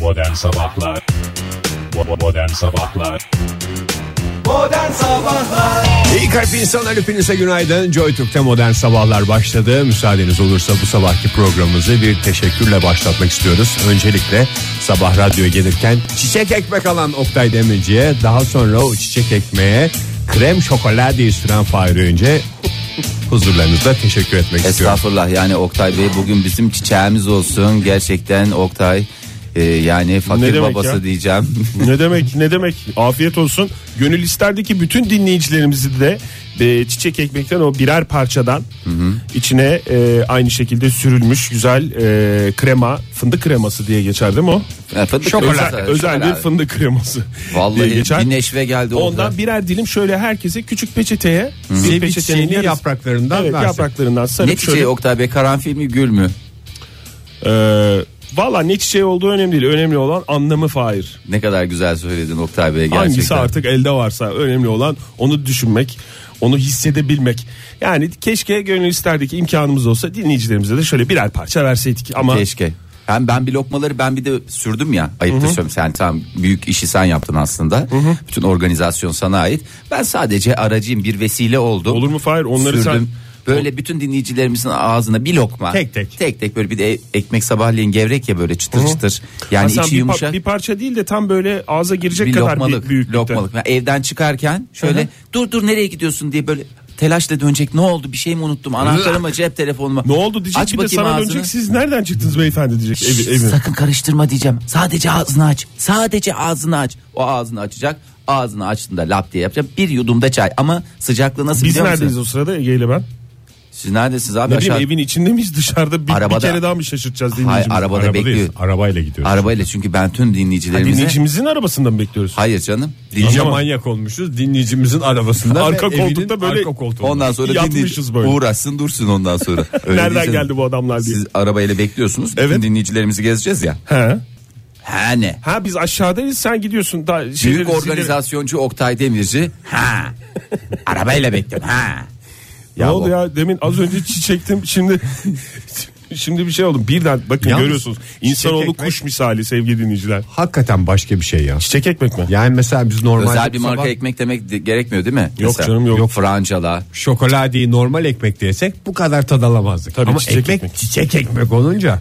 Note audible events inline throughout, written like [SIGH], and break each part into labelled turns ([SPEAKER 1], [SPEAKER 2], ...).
[SPEAKER 1] Modern Sabahlar Bo- Modern Sabahlar
[SPEAKER 2] Modern Sabahlar
[SPEAKER 3] İyi kalp insanlar hepinize günaydın. Joy Türk'te modern sabahlar başladı. Müsaadeniz olursa bu sabahki programımızı bir teşekkürle başlatmak istiyoruz. Öncelikle sabah radyoya gelirken çiçek ekmek alan Oktay Demirci'ye daha sonra o çiçek ekmeğe krem şokolade değiştiren Fahir önce huzurlarınızda teşekkür etmek istiyorum.
[SPEAKER 2] Estağfurullah yani Oktay Bey bugün bizim çiçeğimiz olsun Gerçekten Oktay e, yani
[SPEAKER 4] Ne
[SPEAKER 2] fakir
[SPEAKER 4] demek
[SPEAKER 2] babası
[SPEAKER 4] ya?
[SPEAKER 2] diyeceğim [LAUGHS]
[SPEAKER 4] Ne demek ne demek afiyet olsun. Gönül isterdi ki bütün dinleyicilerimizi de e, çiçek ekmekten o birer parçadan içine e, aynı şekilde sürülmüş güzel e, krema fındık kreması diye geçer değil mi o?
[SPEAKER 2] Ya, fındık
[SPEAKER 4] özel,
[SPEAKER 2] kreması,
[SPEAKER 4] özel
[SPEAKER 2] şokolade.
[SPEAKER 4] bir fındık kreması diye
[SPEAKER 2] Vallahi
[SPEAKER 4] geçer.
[SPEAKER 2] bir neşve geldi
[SPEAKER 4] Ondan
[SPEAKER 2] Oktay
[SPEAKER 4] birer dilim şöyle herkese küçük peçeteye bir peçetenin
[SPEAKER 3] Çiçeğini
[SPEAKER 4] yarısı-
[SPEAKER 3] yapraklarından
[SPEAKER 4] Evet,
[SPEAKER 3] versin.
[SPEAKER 4] yapraklarından sarıp
[SPEAKER 2] Ne çiçeği
[SPEAKER 4] şöyle
[SPEAKER 2] Oktay Bey karanfil mi gül mü
[SPEAKER 4] e, Valla ne çiçeği olduğu önemli değil. Önemli olan anlamı Fahir.
[SPEAKER 2] Ne kadar güzel söyledin Oktay Bey gerçekten
[SPEAKER 4] Hangisi artık elde varsa önemli olan onu düşünmek, onu hissedebilmek. Yani keşke gönül isterdik ki imkanımız olsa dinleyicilerimize de şöyle birer parça verseydik ama
[SPEAKER 2] Keşke hem ben bir lokmaları ben bir de sürdüm ya ayıptır söylüyorum sen tam büyük işi sen yaptın aslında bütün organizasyon sana ait ben sadece aracıyım bir vesile oldum
[SPEAKER 4] olur mu Fahir onları
[SPEAKER 2] sürdüm.
[SPEAKER 4] sen
[SPEAKER 2] Böyle bütün dinleyicilerimizin ağzına bir lokma.
[SPEAKER 3] Tek tek.
[SPEAKER 2] Tek tek böyle bir de ekmek sabahleyin gevrek ya böyle çıtır çıtır.
[SPEAKER 4] Ha,
[SPEAKER 2] Yani
[SPEAKER 4] sen
[SPEAKER 2] Hani içi
[SPEAKER 4] bir, pa-
[SPEAKER 2] yumuşak.
[SPEAKER 4] bir parça değil de tam böyle ağza girecek
[SPEAKER 2] bir
[SPEAKER 4] kadar
[SPEAKER 2] lokmalık.
[SPEAKER 4] bir büyüklükte.
[SPEAKER 2] lokmalık. Yani evden çıkarken şöyle dur dur nereye gidiyorsun diye böyle telaşla dönecek. Ne oldu bir şey mi unuttum anahtarımı cep telefonumu.
[SPEAKER 4] Ne oldu diyecek
[SPEAKER 2] Aç
[SPEAKER 4] bir de
[SPEAKER 2] bakayım
[SPEAKER 4] sana
[SPEAKER 2] ağzını. Hmm.
[SPEAKER 4] dönecek siz nereden çıktınız beyefendi diyecek
[SPEAKER 2] Şşş,
[SPEAKER 4] evi, evine.
[SPEAKER 2] Sakın karıştırma diyeceğim. Sadece ağzını aç. Sadece ağzını aç. O ağzını açacak. Ağzını açtığında lap diye yapacağım. Bir yudumda çay ama sıcaklığı nasıl
[SPEAKER 4] Biz
[SPEAKER 2] biliyor musun?
[SPEAKER 4] neredeyiz o sırada Ege ile ben?
[SPEAKER 2] Siz neredesiniz abi?
[SPEAKER 4] Ne bileyim
[SPEAKER 2] Aşağı-
[SPEAKER 4] evin içinde miyiz dışarıda bir,
[SPEAKER 2] Arabada-
[SPEAKER 4] bir kere daha mı şaşırtacağız
[SPEAKER 2] Hayır
[SPEAKER 4] dinleyicimizi?
[SPEAKER 2] arabada
[SPEAKER 3] Arabadayız,
[SPEAKER 2] bekliyor.
[SPEAKER 3] Arabayla gidiyoruz.
[SPEAKER 2] Arabayla çünkü ben tüm dinleyicilerimize...
[SPEAKER 4] Dinleyicimizin arabasında mı bekliyoruz?
[SPEAKER 2] Hayır canım.
[SPEAKER 3] İyice
[SPEAKER 2] Dinleyicim-
[SPEAKER 3] manyak olmuşuz dinleyicimizin arabasında
[SPEAKER 4] Arka
[SPEAKER 3] ve evinin
[SPEAKER 4] koltukta böyle-
[SPEAKER 3] arka koltuğunda.
[SPEAKER 2] Ondan sonra
[SPEAKER 4] Yatmışız
[SPEAKER 2] dinleyici
[SPEAKER 4] böyle.
[SPEAKER 2] uğraşsın dursun ondan
[SPEAKER 4] [LAUGHS]
[SPEAKER 2] sonra. Öyle
[SPEAKER 4] Nereden
[SPEAKER 2] diyeceğiz.
[SPEAKER 4] geldi bu adamlar diye.
[SPEAKER 2] Siz arabayla bekliyorsunuz. Bütün
[SPEAKER 4] Evet.
[SPEAKER 2] dinleyicilerimizi gezeceğiz ya.
[SPEAKER 4] He.
[SPEAKER 2] Ha ne?
[SPEAKER 4] Ha biz aşağıdayız sen gidiyorsun. Da, şeyleri-
[SPEAKER 2] Büyük organizasyoncu Oktay Demirci. Ha. Arabayla bekliyorum. Ha.
[SPEAKER 4] Ne oldu
[SPEAKER 2] bu-
[SPEAKER 4] ya demin az önce çiçektim şimdi şimdi bir şey oldu. Birden bakın
[SPEAKER 3] Yalnız
[SPEAKER 4] görüyorsunuz. İnsanoğlu
[SPEAKER 3] çiçek ekmek-
[SPEAKER 4] kuş misali sevgili dinleyiciler.
[SPEAKER 3] Hakikaten başka bir şey ya.
[SPEAKER 4] Çiçek ekmek mi?
[SPEAKER 3] Yani mesela biz normalde
[SPEAKER 2] Özel bir
[SPEAKER 3] sabah-
[SPEAKER 2] marka ekmek demek de- gerekmiyor değil mi?
[SPEAKER 4] Yok
[SPEAKER 2] Mesela
[SPEAKER 4] canım, yok.
[SPEAKER 2] Francala.
[SPEAKER 3] şokoladeyi normal ekmek diyesek bu kadar tad alamazdık.
[SPEAKER 4] Tabii
[SPEAKER 3] Ama
[SPEAKER 4] çiçek
[SPEAKER 3] ekmek,
[SPEAKER 4] ekmek.
[SPEAKER 3] çiçek ekmek
[SPEAKER 4] [LAUGHS]
[SPEAKER 3] olunca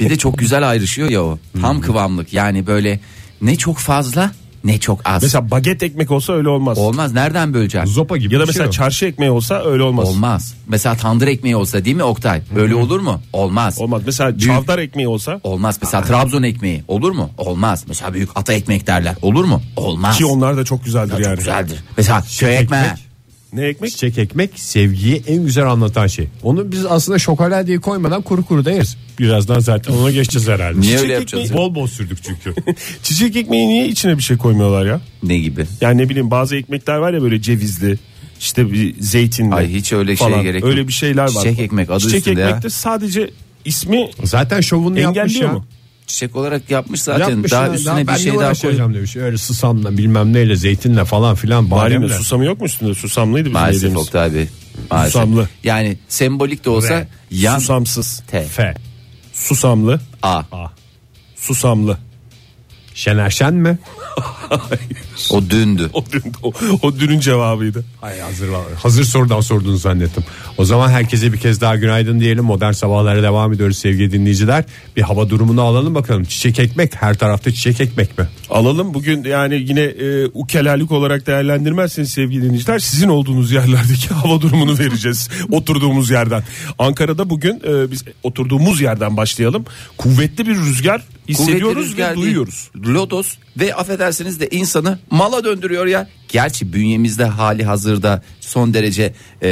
[SPEAKER 2] Bir de çok güzel ayrışıyor ya o.
[SPEAKER 4] Hmm.
[SPEAKER 2] Tam kıvamlık. Yani böyle ne çok fazla ne çok az.
[SPEAKER 4] Mesela baget ekmek olsa öyle olmaz.
[SPEAKER 2] Olmaz. Nereden böleceğim?
[SPEAKER 3] zopa gibi.
[SPEAKER 4] ya da
[SPEAKER 3] bir şey
[SPEAKER 4] mesela
[SPEAKER 3] o.
[SPEAKER 4] çarşı ekmeği olsa öyle olmaz. Olmaz.
[SPEAKER 2] Olmaz. Mesela tandır ekmeği olsa değil mi Oktay? Öyle olur mu? Olmaz.
[SPEAKER 4] Mesela
[SPEAKER 2] Büyük-
[SPEAKER 4] çavdar ekmeği olsa
[SPEAKER 2] Olmaz. Mesela Trabzon ekmeği olur mu? Olmaz. Mesela büyük ata ekmek derler. Olur mu? Olmaz.
[SPEAKER 4] ki onlar da çok güzeldir yani.
[SPEAKER 2] Çok güzeldir. Mesela köy ekmeği.
[SPEAKER 4] Ne ekmek? [LAUGHS]
[SPEAKER 3] çiçek ekmek sevgiyi en güzel anlatan şey. Onu biz aslında şokoladeyi koymadan kuru kuru da yeriz. Birazdan zaten ona geçeceğiz herhalde.
[SPEAKER 2] Niye
[SPEAKER 3] Çiçek
[SPEAKER 2] öyle
[SPEAKER 3] ekmeği
[SPEAKER 2] yapacağız?
[SPEAKER 3] Bol bol sürdük çünkü.
[SPEAKER 4] Çiçek ekmeği niye içine bir şey koymuyorlar ya?
[SPEAKER 2] Ne gibi?
[SPEAKER 4] Yani ne bileyim bazı ekmekler var ya böyle cevizli işte bir zeytinli.
[SPEAKER 2] Ay hiç öyle şeye
[SPEAKER 4] falan.
[SPEAKER 2] gerek yok.
[SPEAKER 4] Öyle bir şeyler var.
[SPEAKER 2] Çiçek ekmek adı
[SPEAKER 4] Çiçek
[SPEAKER 2] üstünde
[SPEAKER 4] ekmekte
[SPEAKER 2] ya.
[SPEAKER 4] sadece ismi
[SPEAKER 3] zaten şovunu yapmış
[SPEAKER 4] engelliyor
[SPEAKER 3] ya.
[SPEAKER 4] mu?
[SPEAKER 2] Çiçek olarak yapmış zaten.
[SPEAKER 3] Yapmış
[SPEAKER 2] daha
[SPEAKER 3] ya.
[SPEAKER 2] üstüne
[SPEAKER 3] ben
[SPEAKER 2] bir
[SPEAKER 3] ne
[SPEAKER 2] şey daha koy.
[SPEAKER 3] uğraşacağım demiş. Öyle susamla bilmem neyle zeytinle falan filan
[SPEAKER 4] Bari mi?
[SPEAKER 3] bademle.
[SPEAKER 4] Susamı yok mu üstünde? Susamlıydı bizim
[SPEAKER 2] Maalesef
[SPEAKER 4] yediğimiz.
[SPEAKER 2] Oktay Bey. Maalesef.
[SPEAKER 4] Susamlı.
[SPEAKER 2] Yani sembolik de olsa
[SPEAKER 3] Re.
[SPEAKER 2] yan
[SPEAKER 4] Susamsız.
[SPEAKER 2] T.
[SPEAKER 3] Fe.
[SPEAKER 4] Susamlı.
[SPEAKER 2] A.
[SPEAKER 4] Susamlı. [LAUGHS]
[SPEAKER 3] Şener Şen mi?
[SPEAKER 2] O dündü.
[SPEAKER 4] O dün, o, o dünün cevabıydı.
[SPEAKER 3] Hayır hazır, hazır sorudan sorduğunu zannettim. O zaman herkese bir kez daha günaydın diyelim. Modern sabahlara devam ediyoruz sevgili dinleyiciler. Bir hava durumunu alalım bakalım. Çiçek ekmek her tarafta çiçek ekmek mi?
[SPEAKER 4] Alalım bugün yani yine e, ukelalık olarak değerlendirmezseniz sevgili dinleyiciler sizin olduğunuz yerlerdeki [LAUGHS] hava durumunu vereceğiz oturduğumuz yerden. Ankara'da bugün e, biz oturduğumuz yerden başlayalım. Kuvvetli bir rüzgar hissediyoruz
[SPEAKER 2] Kuvvetli rüzgar
[SPEAKER 4] ve
[SPEAKER 2] değil.
[SPEAKER 4] duyuyoruz.
[SPEAKER 2] Lodos ve affedersiniz de insanı mala döndürüyor ya. Gerçi bünyemizde hali hazırda son derece e,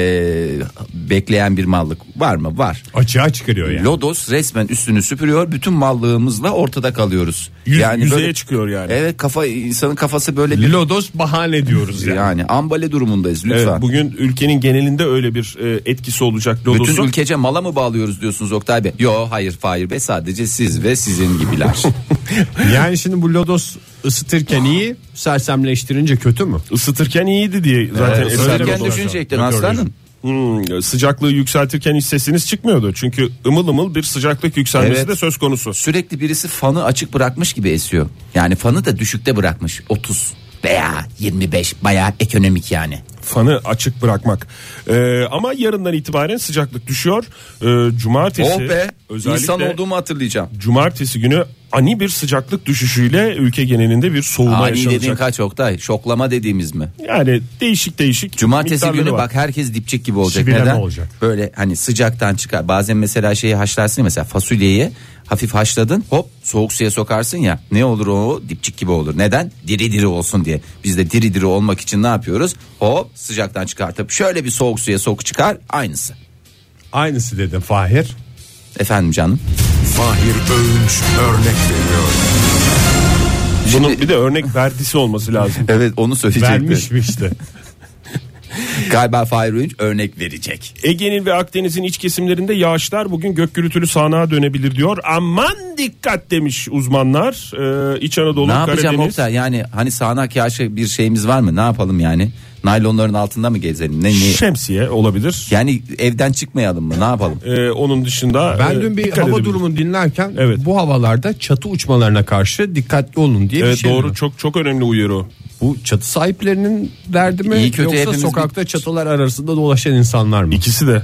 [SPEAKER 2] bekleyen bir mallık var mı? Var.
[SPEAKER 3] Açığa çıkarıyor yani.
[SPEAKER 2] Lodos resmen üstünü süpürüyor. Bütün mallığımızla ortada kalıyoruz.
[SPEAKER 4] Yüz- yüzeye çıkıyor yani.
[SPEAKER 2] Evet kafa insanın kafası böyle bir
[SPEAKER 3] Lodos bahane [LAUGHS] diyoruz yani.
[SPEAKER 2] yani ambale durumundayız
[SPEAKER 4] Evet,
[SPEAKER 2] lütfen.
[SPEAKER 4] bugün ülkenin genelinde öyle bir e, etkisi olacak Lodos'un.
[SPEAKER 2] Bütün ülkece mala mı bağlıyoruz diyorsunuz Oktay Bey? Yo hayır Fahir Bey sadece siz ve sizin
[SPEAKER 4] [LAUGHS]
[SPEAKER 2] gibiler.
[SPEAKER 3] Yani şimdi bu lodos ısıtırken iyi, sersemleştirince kötü mü?
[SPEAKER 4] Isıtırken iyiydi diye zaten
[SPEAKER 2] Zaten
[SPEAKER 4] eser
[SPEAKER 3] ısıtırken
[SPEAKER 4] Lodos.
[SPEAKER 2] düşünecektin Ee, aslanım.
[SPEAKER 4] Hmm, sıcaklığı yükseltirken hiç sesiniz çıkmıyordu. Çünkü ımıl ımıl bir sıcaklık yükselmesi
[SPEAKER 2] Evet.
[SPEAKER 4] de söz konusu.
[SPEAKER 2] Sürekli birisi fanı açık bırakmış gibi esiyor. Yani fanı da düşükte bırakmış. 30 veya 25 bayağı ekonomik yani.
[SPEAKER 4] Fanı açık bırakmak. Ee, ama yarından itibaren sıcaklık düşüyor. Ee, cumartesi
[SPEAKER 2] Oh be
[SPEAKER 4] özellikle
[SPEAKER 2] insan olduğumu hatırlayacağım.
[SPEAKER 4] cumartesi günü ani bir sıcaklık düşüşüyle ülke genelinde bir soğuma
[SPEAKER 2] Ani
[SPEAKER 4] yaşanacak.
[SPEAKER 2] dediğin kaç Oktay? Şoklama dediğimiz mi?
[SPEAKER 4] Yani değişik değişik.
[SPEAKER 2] Cumartesi
[SPEAKER 4] miktarları
[SPEAKER 2] günü
[SPEAKER 4] var.
[SPEAKER 2] bak herkes dipçik gibi olacak.
[SPEAKER 3] Sivileme
[SPEAKER 2] Neden?
[SPEAKER 3] olacak.
[SPEAKER 2] Böyle hani sıcaktan çıkar. Bazen mesela şeyi haşlarsın ya, mesela fasulyeyi hafif haşladın hop soğuk suya sokarsın ya ne olur o dipçik gibi olur. Neden? Diri diri olsun diye. Biz de diri diri olmak için ne yapıyoruz? Hop sıcaktan çıkartıp şöyle bir soğuk suya sok çıkar aynısı.
[SPEAKER 3] Aynısı dedim Fahir.
[SPEAKER 2] Efendim canım.
[SPEAKER 5] Fahir Öğünç örnek veriyor.
[SPEAKER 4] Bunun bir de örnek verdisi
[SPEAKER 2] [LAUGHS]
[SPEAKER 4] olması lazım.
[SPEAKER 2] Evet onu söyleyecektim.
[SPEAKER 3] Vermişmişti.
[SPEAKER 2] Galiba Fahir Öğünç örnek verecek.
[SPEAKER 4] Ege'nin ve Akdeniz'in iç kesimlerinde yağışlar bugün gök gürültülü sahnağa dönebilir diyor. Aman dikkat demiş uzmanlar. Ee, İç Anadolu,
[SPEAKER 2] Ne yapacağım
[SPEAKER 4] Karadeniz.
[SPEAKER 2] Oktay? Yani hani sağanak yağışı bir şeyimiz var mı? Ne yapalım yani? Naylonların altında mı gezelim? Ne, ne?
[SPEAKER 4] Şemsiye olabilir.
[SPEAKER 2] Yani evden çıkmayalım mı? Ne yapalım?
[SPEAKER 4] Ee, onun dışında
[SPEAKER 3] Ben
[SPEAKER 4] e,
[SPEAKER 3] dün bir
[SPEAKER 4] dikkat
[SPEAKER 3] hava
[SPEAKER 4] edebilir.
[SPEAKER 3] durumunu dinlerken
[SPEAKER 4] Evet.
[SPEAKER 3] bu havalarda çatı uçmalarına karşı dikkatli olun diye bir
[SPEAKER 4] Evet
[SPEAKER 3] şey
[SPEAKER 4] doğru
[SPEAKER 3] var.
[SPEAKER 4] çok çok önemli uyarı o.
[SPEAKER 3] Bu çatı sahiplerinin derdi mi
[SPEAKER 2] İyi kötü
[SPEAKER 3] yoksa
[SPEAKER 2] hepimiz
[SPEAKER 3] sokakta çatılar arasında dolaşan insanlar mı?
[SPEAKER 4] İkisi de.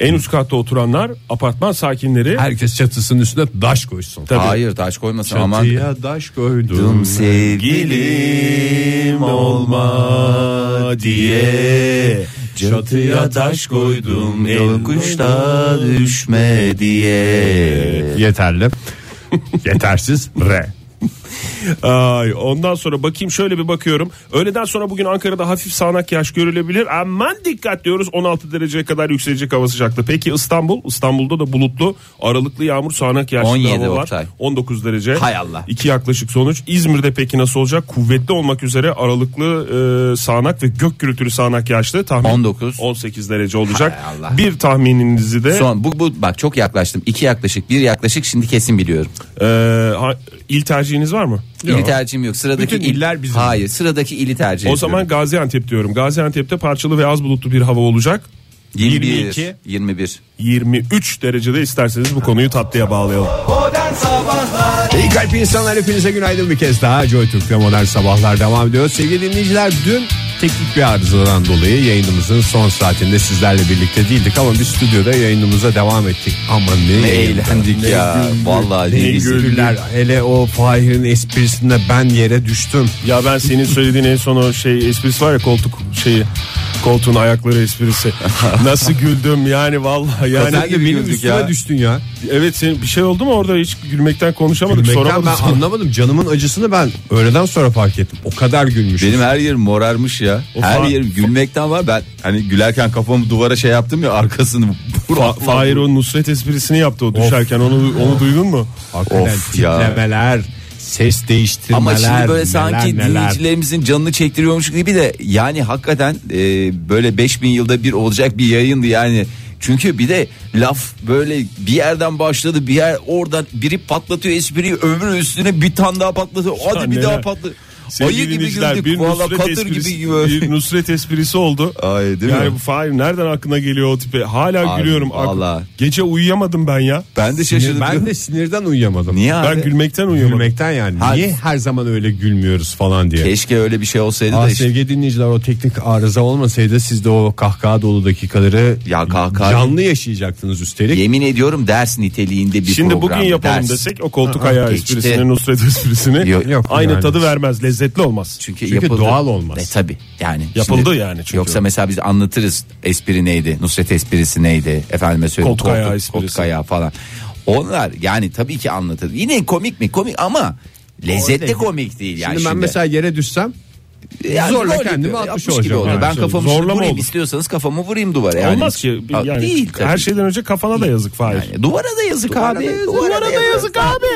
[SPEAKER 4] En üst katta oturanlar apartman sakinleri
[SPEAKER 3] Herkes çatısının üstüne daş koysun.
[SPEAKER 2] Hayır taş koymasın aman.
[SPEAKER 3] Çatıya daş koydum.
[SPEAKER 2] Dum sevgilim olma diye Çatıya taş koydum yokuşta düşme diye [LAUGHS]
[SPEAKER 3] Yeterli. Yetersiz. Re.
[SPEAKER 4] Ay, ondan sonra bakayım şöyle bir bakıyorum. Öğleden sonra bugün Ankara'da hafif sağanak yağış görülebilir. Aman dikkat diyoruz 16 dereceye kadar yükselecek hava sıcaklığı. Peki İstanbul? İstanbul'da da bulutlu aralıklı yağmur sağanak yağışlı
[SPEAKER 2] 17
[SPEAKER 4] hava var.
[SPEAKER 2] Oktay.
[SPEAKER 4] 19 derece.
[SPEAKER 2] Hay Allah.
[SPEAKER 4] İki yaklaşık sonuç. İzmir'de peki nasıl olacak? Kuvvetli olmak üzere aralıklı e, sağanak ve gök gürültülü sağanak yağışlı tahmin
[SPEAKER 2] 19.
[SPEAKER 4] 18 derece olacak.
[SPEAKER 2] Hay Allah.
[SPEAKER 4] Bir tahmininizi de
[SPEAKER 2] Son bu, bu bak çok yaklaştım iki yaklaşık bir yaklaşık şimdi kesin biliyorum
[SPEAKER 4] e, ha- il tercihiniz var mı?
[SPEAKER 2] İli tercihim yok sıradaki
[SPEAKER 3] Bütün iller bizim.
[SPEAKER 2] Hayır sıradaki ili tercih
[SPEAKER 4] O
[SPEAKER 2] ediyorum.
[SPEAKER 4] zaman Gaziantep diyorum. Gaziantep'te parçalı ve az bulutlu bir hava olacak. 22.
[SPEAKER 2] 21
[SPEAKER 4] 23 derecede isterseniz bu konuyu tatlıya bağlayalım.
[SPEAKER 3] İyi kalp insanlar hepinize günaydın bir kez daha. Joy Türk'te modern sabahlar devam ediyor. Sevgili dinleyiciler dün teknik bir arızadan dolayı yayınımızın son saatinde sizlerle birlikte değildik ama biz stüdyoda yayınımıza devam ettik. Aman ne,
[SPEAKER 2] Ne
[SPEAKER 3] yayındı.
[SPEAKER 2] eğlendik
[SPEAKER 3] Ne
[SPEAKER 2] ya.
[SPEAKER 3] güldük,
[SPEAKER 2] Vallahi
[SPEAKER 3] ne
[SPEAKER 2] biz
[SPEAKER 3] güldüler. Hele o Fahir'in esprisinde ben yere düştüm.
[SPEAKER 4] Ya ben senin söylediğin en son o şey esprisi var ya koltuk şeyi koltuğun
[SPEAKER 2] [LAUGHS]
[SPEAKER 4] ayakları esprisi. Nasıl güldüm yani vallahi yani.
[SPEAKER 2] Kazan gibi
[SPEAKER 3] benim
[SPEAKER 2] güldük
[SPEAKER 3] üstüme
[SPEAKER 2] ya.
[SPEAKER 3] düştün ya.
[SPEAKER 4] Evet senin bir şey oldu mu orada hiç gülmekten konuşamadık
[SPEAKER 3] Gülmekten
[SPEAKER 4] soramadık.
[SPEAKER 3] ben anlamadım. Canımın acısını ben öğleden sonra fark ettim. O kadar gülmüşüm.
[SPEAKER 2] Benim her yerim morarmış ya. her
[SPEAKER 4] fa-
[SPEAKER 2] yerim gülmekten var. Ben hani gülerken kafamı duvara şey yaptım ya arkasını. [LAUGHS]
[SPEAKER 4] Fa- Fahir o Nusret esprisini yaptı o düşerken onu onu duydun mu?
[SPEAKER 3] Hakikaten
[SPEAKER 2] Of ya.
[SPEAKER 3] titremeler, ses değiştirmeler.
[SPEAKER 2] Ama şimdi böyle
[SPEAKER 3] neler
[SPEAKER 2] sanki
[SPEAKER 3] neler.
[SPEAKER 2] dinleyicilerimizin canını çektiriyormuş gibi de yani hakikaten e, böyle 5000 yılda bir olacak bir yayındı yani. Çünkü bir de laf böyle bir yerden başladı bir yer oradan biri patlatıyor espriyi öbürü üstüne bir tane daha patlatıyor. Hadi bir
[SPEAKER 4] neler.
[SPEAKER 2] daha patlat.
[SPEAKER 4] Sevgili
[SPEAKER 2] Ayı gibi
[SPEAKER 4] dinleyiciler,
[SPEAKER 2] güldük. Valla katır
[SPEAKER 4] esprisi,
[SPEAKER 2] gibi böyle.
[SPEAKER 4] bir Nusret esprisi oldu.
[SPEAKER 2] Ay, değil
[SPEAKER 4] yani
[SPEAKER 2] mi?
[SPEAKER 4] bu Fahir nereden aklına geliyor o tipe? Hala
[SPEAKER 2] Abi,
[SPEAKER 4] gülüyorum. Ak-
[SPEAKER 2] valla.
[SPEAKER 4] Gece uyuyamadım ben ya.
[SPEAKER 2] Ben de şaşırdım.
[SPEAKER 3] Ben de sinirden uyuyamadım.
[SPEAKER 2] Niye abi?
[SPEAKER 4] Ben gülmekten uyuyamadım.
[SPEAKER 3] Gülmekten yani.
[SPEAKER 2] Ha-
[SPEAKER 3] Niye her zaman öyle gülmüyoruz falan diye.
[SPEAKER 2] Keşke öyle bir şey olsaydı
[SPEAKER 3] Ah
[SPEAKER 2] da işte.
[SPEAKER 3] sevgili dinleyiciler o teknik arıza olmasaydı siz de o kahkaha dolu dakikaları
[SPEAKER 2] Ya kahkaha-
[SPEAKER 3] canlı yaşayacaktınız üstelik.
[SPEAKER 2] Yemin ediyorum ders niteliğinde bir
[SPEAKER 4] Şimdi
[SPEAKER 2] program.
[SPEAKER 4] bugün yapalım
[SPEAKER 2] ders.
[SPEAKER 4] desek o koltuk ayağı
[SPEAKER 2] geçti.
[SPEAKER 4] esprisini, Nusret esprisini
[SPEAKER 2] Yok,
[SPEAKER 3] yok
[SPEAKER 4] aynı
[SPEAKER 3] yani.
[SPEAKER 4] tadı vermez, lezzetli olmaz.
[SPEAKER 2] Çünkü,
[SPEAKER 3] Çünkü
[SPEAKER 2] yapıldı.
[SPEAKER 3] doğal olmaz.
[SPEAKER 2] E tabi yani.
[SPEAKER 4] Yapıldı
[SPEAKER 2] Şimdi-
[SPEAKER 4] yani çünkü.
[SPEAKER 2] Yoksa mesela biz anlatırız espri neydi, Nusret esprisi neydi, efendime söyleyeyim
[SPEAKER 4] Koltuk ayağı esprisi.
[SPEAKER 2] koltuk ayağı falan. Onlar yani tabii ki anlatır. Yine komik mi? Komik ama lezzetli komik değil yani
[SPEAKER 3] Şimdi ben mesela yere düşsem
[SPEAKER 2] Yani
[SPEAKER 3] zorla
[SPEAKER 2] rol
[SPEAKER 3] kendimi
[SPEAKER 2] yapıyor,
[SPEAKER 3] atmış
[SPEAKER 2] yapmış gibi
[SPEAKER 3] olacağım.
[SPEAKER 2] oluyor.
[SPEAKER 3] Yani
[SPEAKER 2] Ben
[SPEAKER 3] şimdi
[SPEAKER 2] kafamı şöyle
[SPEAKER 4] zorlama
[SPEAKER 2] vurayım
[SPEAKER 4] olur.
[SPEAKER 2] istiyorsanız kafamı vurayım duvara. Yani.
[SPEAKER 4] Olmaz ki
[SPEAKER 2] Ha,
[SPEAKER 4] yani
[SPEAKER 2] değil tabii.
[SPEAKER 4] her şey- şeyden önce kafana da yazık Fahir.
[SPEAKER 2] Yani duvara da yazık abi. Duvara da yazık abi.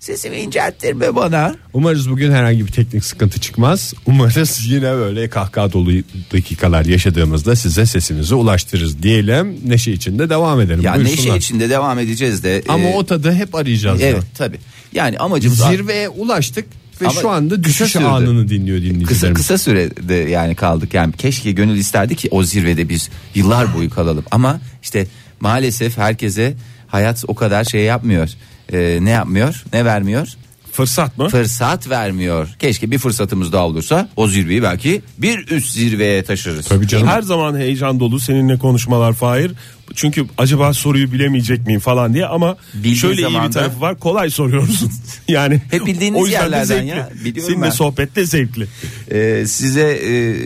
[SPEAKER 2] Sesimi incelttirme bana.
[SPEAKER 3] Umarız bugün herhangi bir teknik sıkıntı çıkmaz. Umarız yine böyle kahkaha dolu dakikalar yaşadığımızda size sesimizi ulaştırırız diyelim. Neşe içinde devam edelim.
[SPEAKER 2] Ya neşe
[SPEAKER 3] Buyursunlar.
[SPEAKER 2] içinde devam edeceğiz de.
[SPEAKER 3] Ama
[SPEAKER 2] e,
[SPEAKER 3] o tadı hep arayacağız.
[SPEAKER 2] evet
[SPEAKER 3] da.
[SPEAKER 2] tabi. Yani amacımız
[SPEAKER 3] Zirveye ulaştık. ve
[SPEAKER 2] Ama
[SPEAKER 3] şu anda
[SPEAKER 2] kısa
[SPEAKER 3] düşüş
[SPEAKER 2] sürdü.
[SPEAKER 3] anını dinliyor
[SPEAKER 2] Kısa
[SPEAKER 3] dinleyicilerimiz.
[SPEAKER 2] kısa sürede yani kaldık yani keşke gönül isterdi ki o zirvede biz yıllar boyu kalalım ama işte maalesef herkese hayat o kadar şey yapmıyor. Ee, ne yapmıyor? Ne vermiyor?
[SPEAKER 4] Fırsat mı?
[SPEAKER 2] Fırsat vermiyor. Keşke bir fırsatımız daha olursa o zirveyi belki bir üst zirveye taşırız.
[SPEAKER 3] Tabii canım.
[SPEAKER 4] Her zaman heyecan dolu seninle konuşmalar Fahir. Çünkü acaba soruyu bilemeyecek miyim falan diye ama
[SPEAKER 2] Bildiğin
[SPEAKER 4] şöyle iyi
[SPEAKER 2] zaman
[SPEAKER 4] bir
[SPEAKER 2] da-
[SPEAKER 4] tarafı var kolay soruyorsun. [LAUGHS] yani
[SPEAKER 2] Hep bildiğiniz
[SPEAKER 4] o yüzden de
[SPEAKER 2] yerlerden
[SPEAKER 4] zevkli.
[SPEAKER 2] ya, biliyorum
[SPEAKER 4] Seninle
[SPEAKER 2] ben.
[SPEAKER 4] sohbet de zevkli.
[SPEAKER 2] Ee, size e,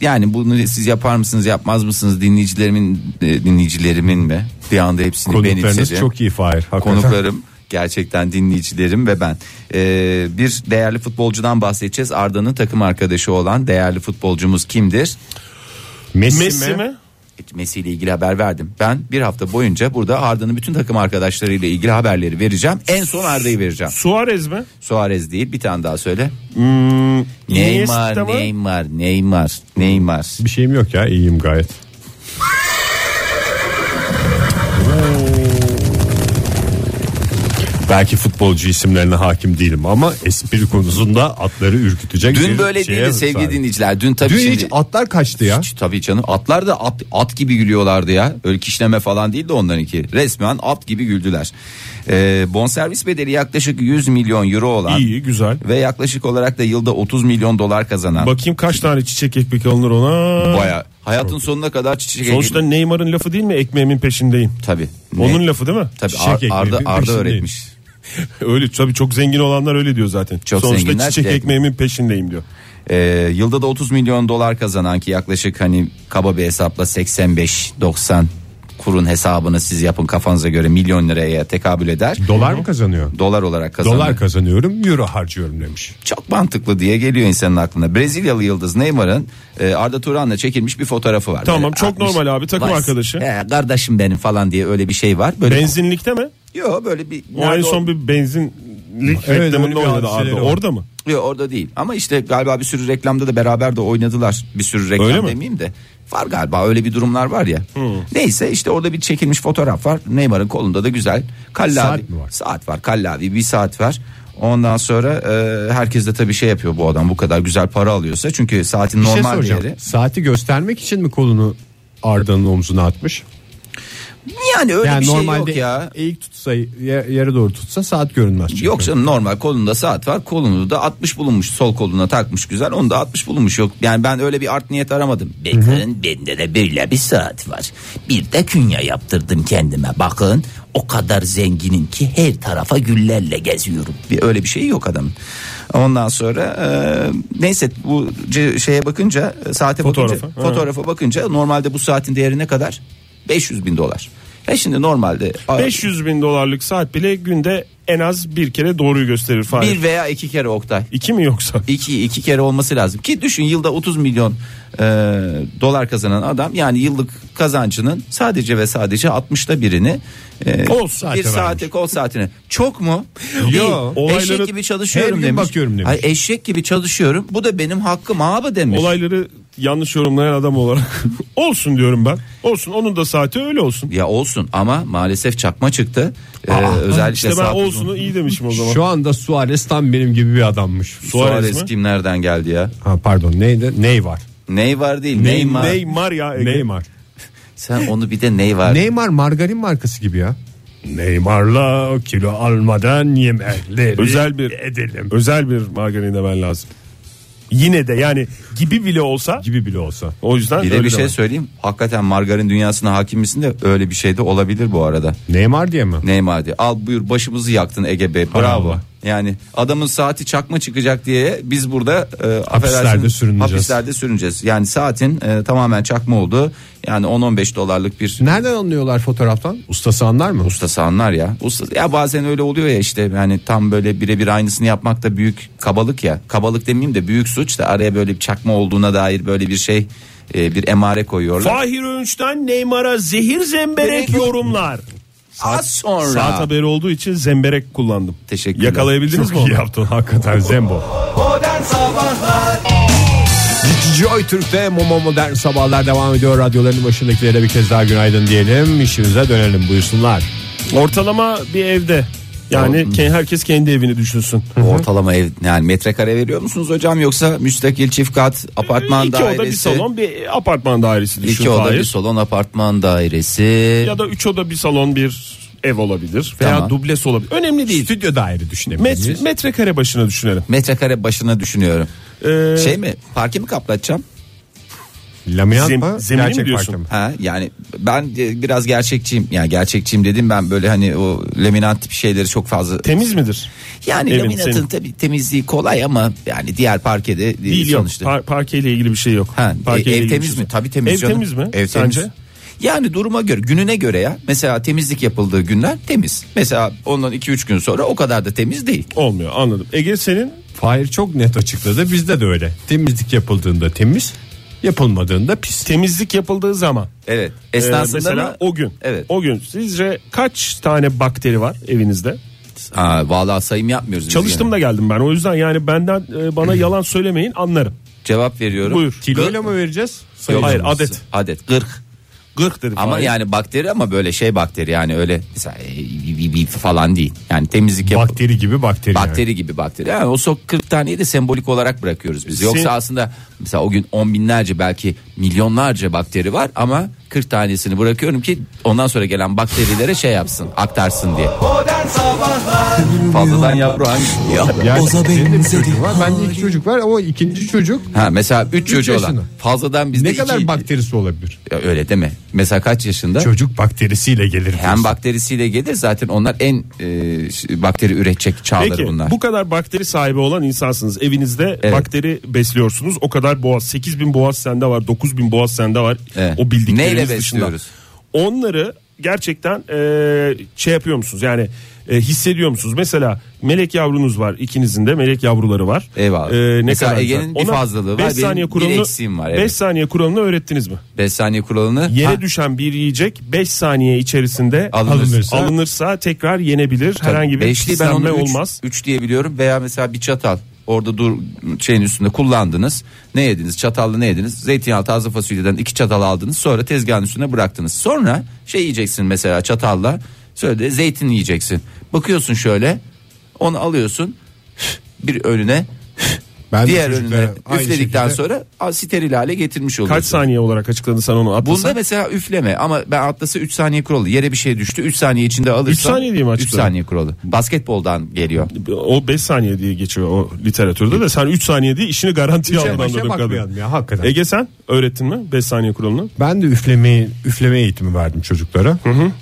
[SPEAKER 2] yani bunu siz yapar mısınız yapmaz mısınız dinleyicilerimin e, dinleyicilerimin mi? Bir anda hepsini ben
[SPEAKER 3] Konuklarınız
[SPEAKER 2] içeri.
[SPEAKER 3] çok iyi Fahir. hakikaten.
[SPEAKER 2] konuklarım gerçekten dinleyicilerim ve ben Ee, bir değerli futbolcudan bahsedeceğiz Arda'nın takım arkadaşı olan değerli futbolcumuz kimdir
[SPEAKER 3] Messi,
[SPEAKER 4] Messi mi?
[SPEAKER 2] Hiç Messi ile ilgili haber verdim ben bir hafta boyunca burada Arda'nın bütün takım arkadaşlarıyla ilgili haberleri vereceğim en son Arda'yı vereceğim
[SPEAKER 4] Suarez mi?
[SPEAKER 2] Suarez değil bir tane daha söyle
[SPEAKER 4] Iniesta
[SPEAKER 2] Neymar
[SPEAKER 4] mı?
[SPEAKER 2] Neymar Neymar Neymar
[SPEAKER 3] Bir şeyim yok ya iyiyim gayet. Belki futbolcu isimlerine hakim değilim ama espri konusunda atları ürkütecek.
[SPEAKER 2] dün
[SPEAKER 3] bir
[SPEAKER 2] böyle
[SPEAKER 3] şeye
[SPEAKER 2] değildi sevgili
[SPEAKER 3] sahip.
[SPEAKER 2] dinleyiciler dün tabii
[SPEAKER 3] Dün
[SPEAKER 2] şimdi...
[SPEAKER 3] hiç atlar kaçtı ya.
[SPEAKER 2] Hiç tabii canım. Atlar da at, at gibi gülüyorlardı ya. Öyle kişneme falan değil de onlarınki. Resmen at gibi güldüler. Ee, bonservis bedeli yaklaşık 100 milyon euro olan
[SPEAKER 4] İyi güzel.
[SPEAKER 2] ve yaklaşık olarak da yılda 30 milyon dolar kazanan.
[SPEAKER 4] Bakayım kaç tane çiçek ekmek alınır ona.
[SPEAKER 2] Baya hayatın sonuna kadar çiçek
[SPEAKER 4] Sonuçta Neymar'ın lafı değil mi? Ekmeğimin peşindeyim.
[SPEAKER 2] tabii. Ne-
[SPEAKER 4] Onun lafı değil mi?
[SPEAKER 2] tabii
[SPEAKER 3] çiçek
[SPEAKER 2] Ar-
[SPEAKER 3] ekmeği
[SPEAKER 2] Arda
[SPEAKER 3] bir
[SPEAKER 2] Arda
[SPEAKER 3] peşindeyim.
[SPEAKER 2] öğretmiş.
[SPEAKER 4] Öyle tabii çok zengin olanlar öyle diyor zaten.
[SPEAKER 2] Çok
[SPEAKER 4] Sonuçta
[SPEAKER 2] zenginler
[SPEAKER 4] çiçek
[SPEAKER 2] direkt-
[SPEAKER 4] ekmeğimin peşindeyim diyor.
[SPEAKER 2] Ee, yılda da 30 milyon dolar kazanan ki yaklaşık hani kaba bir hesapla 85-90 kurun hesabını siz yapın kafanıza göre milyon liraya tekabül eder.
[SPEAKER 3] Dolar mı kazanıyor?
[SPEAKER 2] Dolar olarak kazanır.
[SPEAKER 3] Dolar kazanıyorum, euro harcıyorum demiş.
[SPEAKER 2] çok mantıklı diye geliyor insanın aklına. Brezilyalı yıldız Neymar'ın e, Arda Turan'la çekilmiş bir fotoğrafı var.
[SPEAKER 4] Tamam,
[SPEAKER 2] Böyle
[SPEAKER 4] çok normal abi, takım
[SPEAKER 2] Vay,
[SPEAKER 4] arkadaşı.
[SPEAKER 2] He, kardeşim benim falan diye öyle bir şey var. Böyle
[SPEAKER 4] Benzinlikte mi?
[SPEAKER 2] Yo, böyle bir
[SPEAKER 4] O en
[SPEAKER 2] nerede
[SPEAKER 4] son bir benzinlik
[SPEAKER 3] öyle
[SPEAKER 4] reklamında
[SPEAKER 3] bir
[SPEAKER 4] oynadı
[SPEAKER 3] hadiseleri
[SPEAKER 4] Arda.
[SPEAKER 3] var.
[SPEAKER 4] Orada mı?
[SPEAKER 2] o- Yo, orada değil. Ama işte galiba bir sürü reklamda da beraber de oynadılar. Bir sürü reklam
[SPEAKER 4] Öyle mi?
[SPEAKER 2] demeyeyim de. Var galiba öyle bir durumlar var ya. Neyse işte orada bir çekilmiş fotoğraf var. Neymar'ın kolunda da güzel. Kallavi.
[SPEAKER 3] Saat mi var?
[SPEAKER 2] Saat var. Kallavi bir saat var. Ondan sonra e, herkes de tabii şey yapıyor bu adam bu kadar güzel para alıyorsa. Çünkü saatin
[SPEAKER 3] Bir şey
[SPEAKER 2] normal
[SPEAKER 3] soracağım.
[SPEAKER 2] değeri.
[SPEAKER 3] Saati göstermek için mi kolunu Arda'nın omzuna atmış?
[SPEAKER 2] Yani öyle
[SPEAKER 3] yani
[SPEAKER 2] bir şey
[SPEAKER 3] normalde
[SPEAKER 2] yok ya.
[SPEAKER 3] eğik tutsa, ya- yere doğru tutsa saat görünmez. Çünkü.
[SPEAKER 2] Yok canım normal kolunda saat var kolunu da 60 bulunmuş sol koluna takmış güzel onu da 60 bulunmuş yok yani ben öyle bir art niyet aramadım. Bakın bende de böyle bir saat var bir de künye yaptırdım kendime bakın o kadar zenginim ki her tarafa güllerle geziyorum. Bir, öyle bir şey yok adamın ondan sonra e, neyse bu ce- şeye bakınca e, saate
[SPEAKER 4] Fotoğrafa,
[SPEAKER 2] bakınca
[SPEAKER 4] ha.
[SPEAKER 2] fotoğrafa bakınca normalde bu saatin değeri ne kadar 500 bin dolar. Ya şimdi normalde
[SPEAKER 4] 500 bin dolarlık saat bile günde en az bir kere doğruyu gösterir Fahir.
[SPEAKER 2] bir veya iki kere Oktay.
[SPEAKER 4] İki mi yoksa?
[SPEAKER 2] İki, iki kere olması lazım. Ki düşün yılda 30 milyon e, dolar kazanan adam yani yıllık kazancının sadece ve sadece 60'ta birini e,
[SPEAKER 3] Kol saate
[SPEAKER 2] bir saate kol saatine. Çok mu? Değil.
[SPEAKER 4] olayları
[SPEAKER 2] eşek gibi çalışıyorum
[SPEAKER 3] her gün
[SPEAKER 2] demiş.
[SPEAKER 3] bakıyorum demiş.
[SPEAKER 2] Ay, eşek gibi çalışıyorum. Bu da benim hakkım abi demiş.
[SPEAKER 4] Olayları yanlış yorumlayan adam olarak [LAUGHS] olsun diyorum ben. Olsun onun da saati öyle olsun.
[SPEAKER 2] Ya olsun ama maalesef çakma çıktı. E, özellikle
[SPEAKER 4] İşte ben
[SPEAKER 2] saat
[SPEAKER 4] olsunu iyi demişim o zaman.
[SPEAKER 3] Şu anda Suarez tam benim gibi bir adammış.
[SPEAKER 4] Suarez
[SPEAKER 2] Suarez
[SPEAKER 4] mi?
[SPEAKER 2] kim nereden geldi ya?
[SPEAKER 3] Ha, pardon neydi? Ney var?
[SPEAKER 2] Neymar değil Neymar.
[SPEAKER 4] Neymar ya. Ege.
[SPEAKER 3] Neymar.
[SPEAKER 2] Sen onu bir de Neymar.
[SPEAKER 3] Neymar margarin markası gibi ya. Neymar'la kilo almadan yemekleri
[SPEAKER 4] Özel bir
[SPEAKER 3] edelim.
[SPEAKER 4] Özel bir margarin demen lazım. Yine de yani gibi bile olsa
[SPEAKER 3] Gibi bile olsa.
[SPEAKER 4] o yüzden
[SPEAKER 2] Bir de
[SPEAKER 4] öyle
[SPEAKER 2] bir şey
[SPEAKER 4] demem.
[SPEAKER 2] söyleyeyim. Hakikaten margarin dünyasına hakim misin de öyle bir şey de olabilir bu arada.
[SPEAKER 3] Neymar diye mi?
[SPEAKER 2] Neymar diye. Al buyur başımızı yaktın Ege Bey. Bravo.
[SPEAKER 3] Allah.
[SPEAKER 2] Yani adamın saati çakma çıkacak diye biz burada e, affedersin,
[SPEAKER 3] sürüneceğiz.
[SPEAKER 2] Hapislerde sürüneceğiz. Yani saatin e, tamamen çakma olduğu yani 10-15 dolarlık bir
[SPEAKER 3] Nereden anlıyorlar fotoğraftan? Ustası anlar mı?
[SPEAKER 2] ustası anlar ya. Ustası, ya bazen öyle oluyor ya işte yani tam böyle birebir aynısını yapmak da büyük kabalık ya. Kabalık demeyeyim de büyük suç da araya böyle bir çakma olduğuna dair böyle bir şey e, bir emare koyuyorlar.
[SPEAKER 4] Fahir Önç'ten Neymar'a zehir zemberek yorumlar.
[SPEAKER 2] Az sonra.
[SPEAKER 4] Saat haberi olduğu için zemberek kullandım.
[SPEAKER 2] Teşekkürler.
[SPEAKER 4] Yakalayabildiniz mi? onu?
[SPEAKER 3] yaptın hakikaten Zembo. Joy Türk'te Momo Modern Sabahlar devam ediyor. Radyoların başındakilere bir kez daha günaydın diyelim. İşimize dönelim buyursunlar.
[SPEAKER 4] Ortalama bir evde Yani ke- herkes kendi evini düşünsün.
[SPEAKER 2] Ortalama ev yani metrekare veriyor musunuz hocam yoksa müstakil çift kat apartman
[SPEAKER 4] iki
[SPEAKER 2] dairesi?
[SPEAKER 4] oda bir salon bir apartman dairesi düşün.
[SPEAKER 2] İki oda
[SPEAKER 4] Fahir.
[SPEAKER 2] bir salon apartman dairesi.
[SPEAKER 4] Ya da üç oda bir salon bir ev olabilir veya
[SPEAKER 2] Tamam.
[SPEAKER 4] dubles olabilir. Önemli değil.
[SPEAKER 3] Stüdyo daire düşünebiliriz.
[SPEAKER 4] Met, metrekare başına düşünelim.
[SPEAKER 2] Metrekare başına düşünüyorum.
[SPEAKER 4] Ee,
[SPEAKER 2] Şey mi? Parke mi kaplatacağım?
[SPEAKER 3] Laminat
[SPEAKER 4] Zem-
[SPEAKER 3] mı?
[SPEAKER 4] zemini mi
[SPEAKER 3] Gerçek
[SPEAKER 4] diyorsun?
[SPEAKER 3] parke mi?
[SPEAKER 2] Ha yani ben e, biraz gerçekçiyim. Yani gerçekçiyim dedim ben böyle hani o laminat tip şeyleri çok fazla.
[SPEAKER 4] temiz midir?
[SPEAKER 2] Yani
[SPEAKER 4] Evin
[SPEAKER 2] laminatın
[SPEAKER 4] senin.
[SPEAKER 2] tabii temizliği kolay ama yani diğer parkede e,
[SPEAKER 4] Değil yok.
[SPEAKER 2] sonuçta.
[SPEAKER 4] Par- parkeyle ilgili bir şey yok.
[SPEAKER 2] Ha, e,
[SPEAKER 4] Parkeyle
[SPEAKER 2] ev
[SPEAKER 4] ilgili bir
[SPEAKER 2] temiz
[SPEAKER 4] şey
[SPEAKER 2] mi?
[SPEAKER 4] yok.
[SPEAKER 2] Tabii temiz.
[SPEAKER 4] Ev
[SPEAKER 2] canım.
[SPEAKER 4] temiz mi?
[SPEAKER 2] Ev
[SPEAKER 4] Sence?
[SPEAKER 2] temiz. Yani duruma göre gününe göre ya mesela temizlik yapıldığı günler temiz. Mesela ondan 2-3 gün sonra o kadar da temiz değil.
[SPEAKER 4] Olmuyor anladım. Ege senin
[SPEAKER 3] Fahir çok net açıkladı. Bizde de öyle. Temizlik yapıldığında temiz, yapılmadığında pis.
[SPEAKER 4] temizlik yapıldığı zaman.
[SPEAKER 2] Evet.
[SPEAKER 4] e,
[SPEAKER 2] Esnasında
[SPEAKER 4] mesela
[SPEAKER 2] mı?
[SPEAKER 4] o gün.
[SPEAKER 2] Evet.
[SPEAKER 4] O gün sizce kaç tane bakteri var evinizde?
[SPEAKER 2] Aa, vallahi sayım yapmıyoruz biz
[SPEAKER 4] Çalıştım
[SPEAKER 2] yani.
[SPEAKER 4] da geldim ben. O yüzden yani benden
[SPEAKER 2] [CLEARS THROAT]
[SPEAKER 4] e, bana yalan söylemeyin anlarım.
[SPEAKER 2] Cevap veriyorum.
[SPEAKER 4] Buyur.
[SPEAKER 3] Kiloyla mı vereceğiz?
[SPEAKER 2] Yok,
[SPEAKER 3] Sayı-
[SPEAKER 4] Hayır,
[SPEAKER 2] yalnız.
[SPEAKER 4] adet.
[SPEAKER 2] Adet 40.
[SPEAKER 4] 40 dedim.
[SPEAKER 2] Ama
[SPEAKER 4] Hayır.
[SPEAKER 2] yani bakteri ama böyle şey bakteri yani öyle mesela e, bi- bi- bi- falan değil. Yani temizlik yap
[SPEAKER 3] Bakteri gibi bakteri. yani.
[SPEAKER 2] bakteri gibi bakteri. Yani o sok 40 taneyi de sembolik olarak bırakıyoruz biz. Yoksa
[SPEAKER 4] Sin-
[SPEAKER 2] aslında mesela o gün on binlerce belki milyonlarca bakteri var ama 40 tanesini bırakıyorum ki ondan sonra gelen bakterilere şey yapsın, aktarsın diye. Fazladan yavru hangisi?
[SPEAKER 3] Yani benim de bir çocuğum var. Bende iki çocuk var ama ikinci çocuk
[SPEAKER 2] Ha mesela 3 çocuğu olan.
[SPEAKER 3] yaşında.
[SPEAKER 2] Fazladan bizde
[SPEAKER 3] ne
[SPEAKER 2] iki-
[SPEAKER 3] kadar bakterisi olabilir?
[SPEAKER 2] Ya Öyle deme. Mesela kaç yaşında?
[SPEAKER 3] Çocuk bakterisiyle gelir.
[SPEAKER 2] Hem
[SPEAKER 3] diyorsun.
[SPEAKER 2] bakterisiyle gelir zaten onlar en e, ş- bakteri üretecek çağları
[SPEAKER 4] Peki
[SPEAKER 2] bunlar.
[SPEAKER 4] bu kadar bakteri sahibi olan insansınız. Evinizde
[SPEAKER 2] Evet.
[SPEAKER 4] bakteri besliyorsunuz. O kadar boğaz 8000 boğaz sende var, 9000 boğaz sende var.
[SPEAKER 2] Evet.
[SPEAKER 4] O bildikleriniz
[SPEAKER 2] Neyle
[SPEAKER 4] dışında.
[SPEAKER 2] besliyoruz?
[SPEAKER 4] Onları gerçekten e, şey yapıyor musunuz? Yani e, hissediyor musunuz? Mesela melek yavrunuz var ikinizin de melek yavruları var.
[SPEAKER 2] Eyvallah.
[SPEAKER 4] ne
[SPEAKER 2] Mesela
[SPEAKER 4] kadar
[SPEAKER 2] Ege'nin bir fazlalığı var,
[SPEAKER 4] beş
[SPEAKER 2] benim
[SPEAKER 4] saniye
[SPEAKER 2] bir
[SPEAKER 4] kuralını,
[SPEAKER 2] eksiğim var,
[SPEAKER 4] beş
[SPEAKER 2] evet.
[SPEAKER 4] saniye kuralını öğrettiniz mi?
[SPEAKER 2] 5 saniye kuralını
[SPEAKER 4] Yere
[SPEAKER 2] Ha,
[SPEAKER 4] düşen bir yiyecek 5 saniye içerisinde
[SPEAKER 2] alınır.
[SPEAKER 3] alınırsa-
[SPEAKER 4] alınırsa tekrar yenebilir. Herhangi bir
[SPEAKER 2] Beşli ben
[SPEAKER 4] pislenme
[SPEAKER 2] onu üç-
[SPEAKER 4] olmaz.
[SPEAKER 2] üç diye biliyorum veya mesela bir çatal orada dur şeyin üstünde kullandınız. Ne yediniz? Çatalla ne yediniz? Zeytinyağlı taze fasulyeden iki çatal aldınız. Sonra tezgahın üstüne bıraktınız. Sonra şey yiyeceksin mesela çatalla. Söyle zeytin yiyeceksin. Bakıyorsun şöyle. Onu alıyorsun. Bir önüne
[SPEAKER 3] Ben de
[SPEAKER 2] diğer
[SPEAKER 3] çocuklara
[SPEAKER 2] önüne
[SPEAKER 3] aynı
[SPEAKER 2] üfledikten
[SPEAKER 3] şekilde-
[SPEAKER 2] sonra a, steril hale getirmiş oluyorsun.
[SPEAKER 4] Kaç saniye olarak açıklandı sana onu
[SPEAKER 2] Bunda
[SPEAKER 4] atlasan?
[SPEAKER 2] mesela üfleme ama ben atlası 3 saniye kuralı. Yere bir şey düştü 3 saniye içinde alırsan.
[SPEAKER 4] Üç saniye diye mi
[SPEAKER 2] 3
[SPEAKER 4] açıkladın?
[SPEAKER 2] saniye kuralı. Basketboldan geliyor.
[SPEAKER 4] o 5 saniye diye geçiyor o literatürde de sen 3 saniye diye işini garantiye
[SPEAKER 3] Üçe
[SPEAKER 4] aldın
[SPEAKER 3] beşe
[SPEAKER 4] anladığım
[SPEAKER 3] bakmayalım
[SPEAKER 4] kadarıyla.
[SPEAKER 3] ya hakikaten.
[SPEAKER 4] Ege sen öğrettin mi 5 saniye kuralını?
[SPEAKER 3] Ben de üfleme üfleme eğitimi verdim çocuklara.